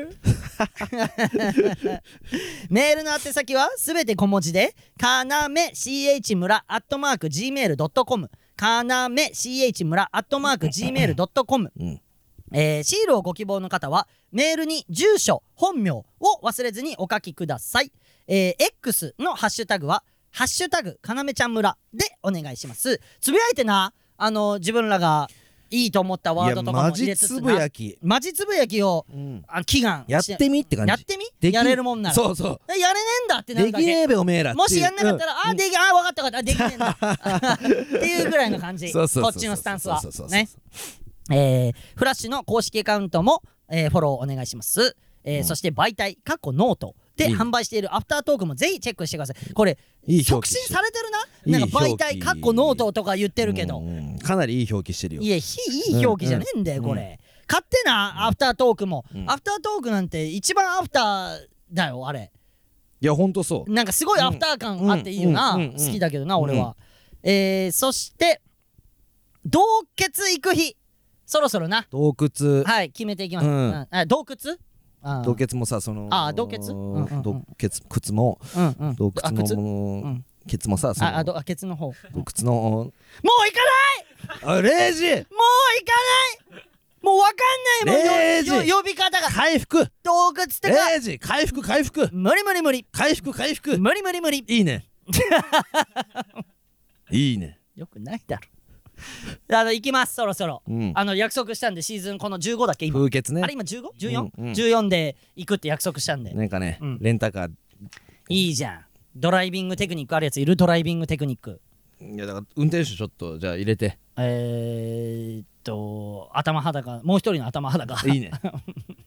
S1: うことでエンディングルー [LAUGHS] メールの宛先はすべて小文字でかなめ ch 村アットマーク gmail.com かなめ ch 村アットマーク gmail.com
S2: うん
S1: えー、シールをご希望の方はメールに住所本名を忘れずにお書きください、えー、X のハッシュタグは「ハッシュタグかなめちゃん村」でお願いしますつぶやいてなあの自分らがいいと思ったワードとかも
S2: マ
S1: 入
S2: ジ
S1: れつ
S2: つ
S1: つ
S2: ぶ
S1: な
S2: やき
S1: マジつぶやきを
S2: うん
S1: あ祈願
S2: やっ
S1: して
S2: みって感
S1: やっ
S2: じ
S1: てみ
S2: でき
S1: やれるもんなら
S2: そうそう
S1: えやれねえんだってな
S2: で
S1: るだ
S2: きね
S1: け
S2: えべおめえらっていう
S1: もしやんなかったら、あ
S2: う
S1: あ
S2: ん
S1: できああ分かった分かったできねえん
S2: [LAUGHS]
S1: だっていうぐらいの感じ
S2: そうそうそうそう
S1: こっちのスタンスは
S2: そうそうそうそ
S1: ね
S2: う
S1: えーフラッシュの公式アカウントも、えーフォローお願いします、えー
S2: うん
S1: そして媒体過去ノートで
S2: いいね
S1: 販売しているアフタートークもぜひチェックしてくださいこれ
S2: いい
S1: 促
S2: 表記
S1: 進
S2: して
S1: されてる
S2: いい
S1: ななんか媒
S2: 表
S1: 体
S2: 記
S1: かっこノートとか言ってるけど、
S2: うんかなりいい表記してるよ
S1: いやひいい表記じゃねえんだよ、
S2: うん
S1: これ勝手なアフタートークも、
S2: うん
S1: アフタートークなんて一番アフターだよあれ
S2: いやほんとそう
S1: なんかすごいアフター感あっていいよな、
S2: うんうんうん
S1: 好きだけどな俺は、えー、そして洞穴行く日そろそろな
S2: 洞窟
S1: はい決めていきます、
S2: うん
S1: うんあ洞窟あー
S2: 洞穴もさその
S1: あー洞穴うんうんうん
S2: 洞穴靴も
S1: うんうん
S2: 洞
S1: あ
S2: 窟
S1: 靴
S2: も
S1: うん
S2: ケツもさそ
S1: あ
S2: の
S1: あ
S2: 洞
S1: どあケツの方もう行かない
S2: 窟のあレイジ
S1: もう行かないもうわかんない
S2: レイジ
S1: もんよよ呼び方が
S2: 回復
S1: 洞窟ってか
S2: レイジ回復回復
S1: 無理無理無理
S2: 回復回復
S1: 無理無理無理
S2: い
S1: [LAUGHS]
S2: いねいいね
S1: よくないだろ [LAUGHS] あの行きますそろそろ、
S2: うん
S1: あの約束したんでシーズンこの15だっけ今
S2: 風穴
S1: あれ
S2: ね
S1: 今 15?14?14、
S2: うんうん
S1: 14で行くって約束したんで、
S2: なんかね
S1: うん
S2: レンタカー
S1: いいじゃんドライビングテクニックあるやついるドライビングテクニック
S2: いやだから運転手ちょっとじゃあ入れ
S1: [LAUGHS]
S2: て
S1: えー、っと頭裸もう一人の頭
S2: [LAUGHS]
S1: 裸
S2: いいね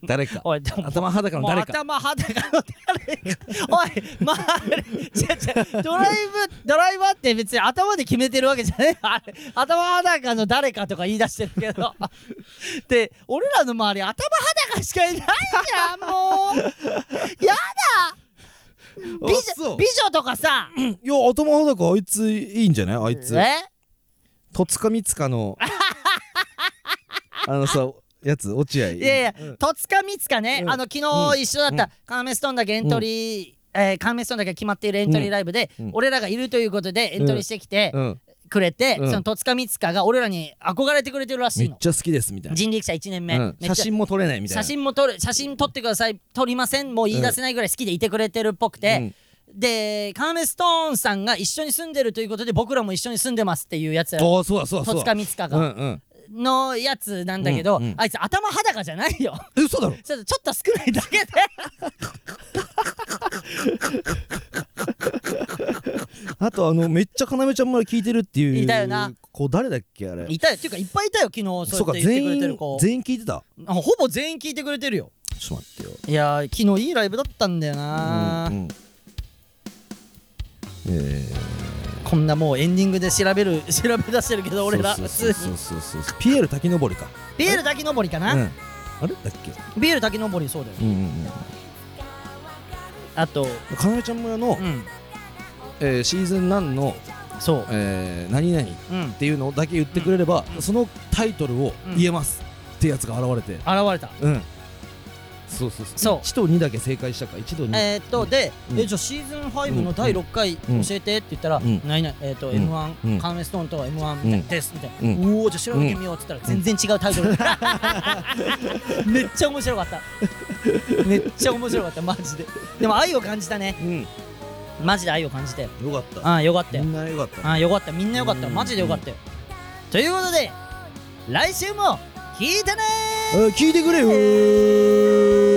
S2: 誰か
S1: おいでも
S2: 頭裸の
S1: もう
S2: 誰か
S1: 頭裸の誰かおいまああれちゃちゃドライブドライバーって別に頭で決めてるわけじゃないあれ頭裸の誰かとか言い出してるけどで俺らの周り頭裸しかいないじゃんもう
S2: [LAUGHS]
S1: やだ美
S2: あそ
S1: 女
S2: う
S1: 美女とかさ
S2: いや頭裸あいついいんじゃないあいつ
S1: え
S2: 戸塚光
S1: [LAUGHS]
S2: つのあのさやつ落合
S1: いやいや、
S2: うん
S1: 戸塚光かね、
S2: うん
S1: あの昨日一緒だった、カーメストーンだけエントリー、えーカーメストーンだけ決まっているエントリーライブで、
S2: うんうん
S1: 俺らがいるということでエントリーしてきて
S2: うん
S1: くれて、
S2: うん
S1: その戸塚光かが俺らに憧れてくれてるらし
S2: め
S1: い
S2: っ
S1: の
S2: ちゃ好きですみたい
S1: 人力車1年目、
S2: なうん
S1: めっちゃ
S2: 写真も撮れないみたいな
S1: 写真も撮る写真撮ってください撮りませんもう言い出せないぐらい好きでいてくれてるっぽくて、でカーメストーンさんが一緒に住んでるということで僕らも一緒に住んでますっていうやつ
S2: うん、ああそうだそうだ
S1: 戸
S2: そう
S1: 塚
S2: だ
S1: 光か
S2: う
S1: が
S2: んうん
S1: のやつなんだけど、
S2: うんうん
S1: あいつ頭裸じゃないよ [LAUGHS]
S2: え嘘だろ
S1: ちょっとちょっと少ないだけで
S2: あとあのめっちゃ要ちゃん村聞いてるっていう
S1: いたよな
S2: 子誰だっけあれ
S1: いたよっていうかいっぱいいたよ昨日
S2: そ
S1: そううやっ
S2: か
S1: て言ってくれ
S2: 全
S1: てる
S2: 員
S1: 子
S2: 全員聞いてた
S1: あほぼ全員聞いてくれてるよ
S2: ちょっと待ってよ
S1: いやー昨日いいライブだったんだよな、
S2: うんうんえー
S1: こんなもうエンディングで調べる [LAUGHS] 調べ出してるけど俺ら
S2: そう
S1: 普
S2: そう
S1: 通
S2: そ
S1: に
S2: うそうそうそうピエール滝登りか
S1: [LAUGHS] ビール滝登りか
S2: うん
S1: な、
S2: あれだっけ
S1: ビール滝登りそうだよ
S2: うんうんうん
S1: あと
S2: 要ちゃん村の
S1: う、ん
S2: えーシーズン何の、
S1: そう
S2: えー、何々っ
S1: うん現
S2: ていうのだけ言ってくれれば、そのタイトルを言えますってやつが現れて
S1: れた
S2: うんそうそうそう
S1: そう
S2: 1と2だけ正解したから1と2、
S1: えーっとで、
S2: うん
S1: えじゃあシーズン5の第6回
S2: うん
S1: 教えてって言ったら「
S2: うん
S1: ないない、えーっと
S2: うん
S1: M‐1、
S2: うん
S1: カンウェストーンと M‐1 みたいです」みたいな「う
S2: う
S1: おーじゃあ調べてみよう」って言ったら全然違うタイ
S2: [LAUGHS]
S1: トル [LAUGHS] めっちゃ面白かっためっちゃ面白かったマジででも愛を感じたね
S2: うん、よ
S1: マジで愛を感じて
S2: かった
S1: ああよかったよ
S2: みんなよかった
S1: ああよかったみんなよかった
S2: うん
S1: マジでよかったよということで来週も聞いてねー
S2: あ聞いてくれよー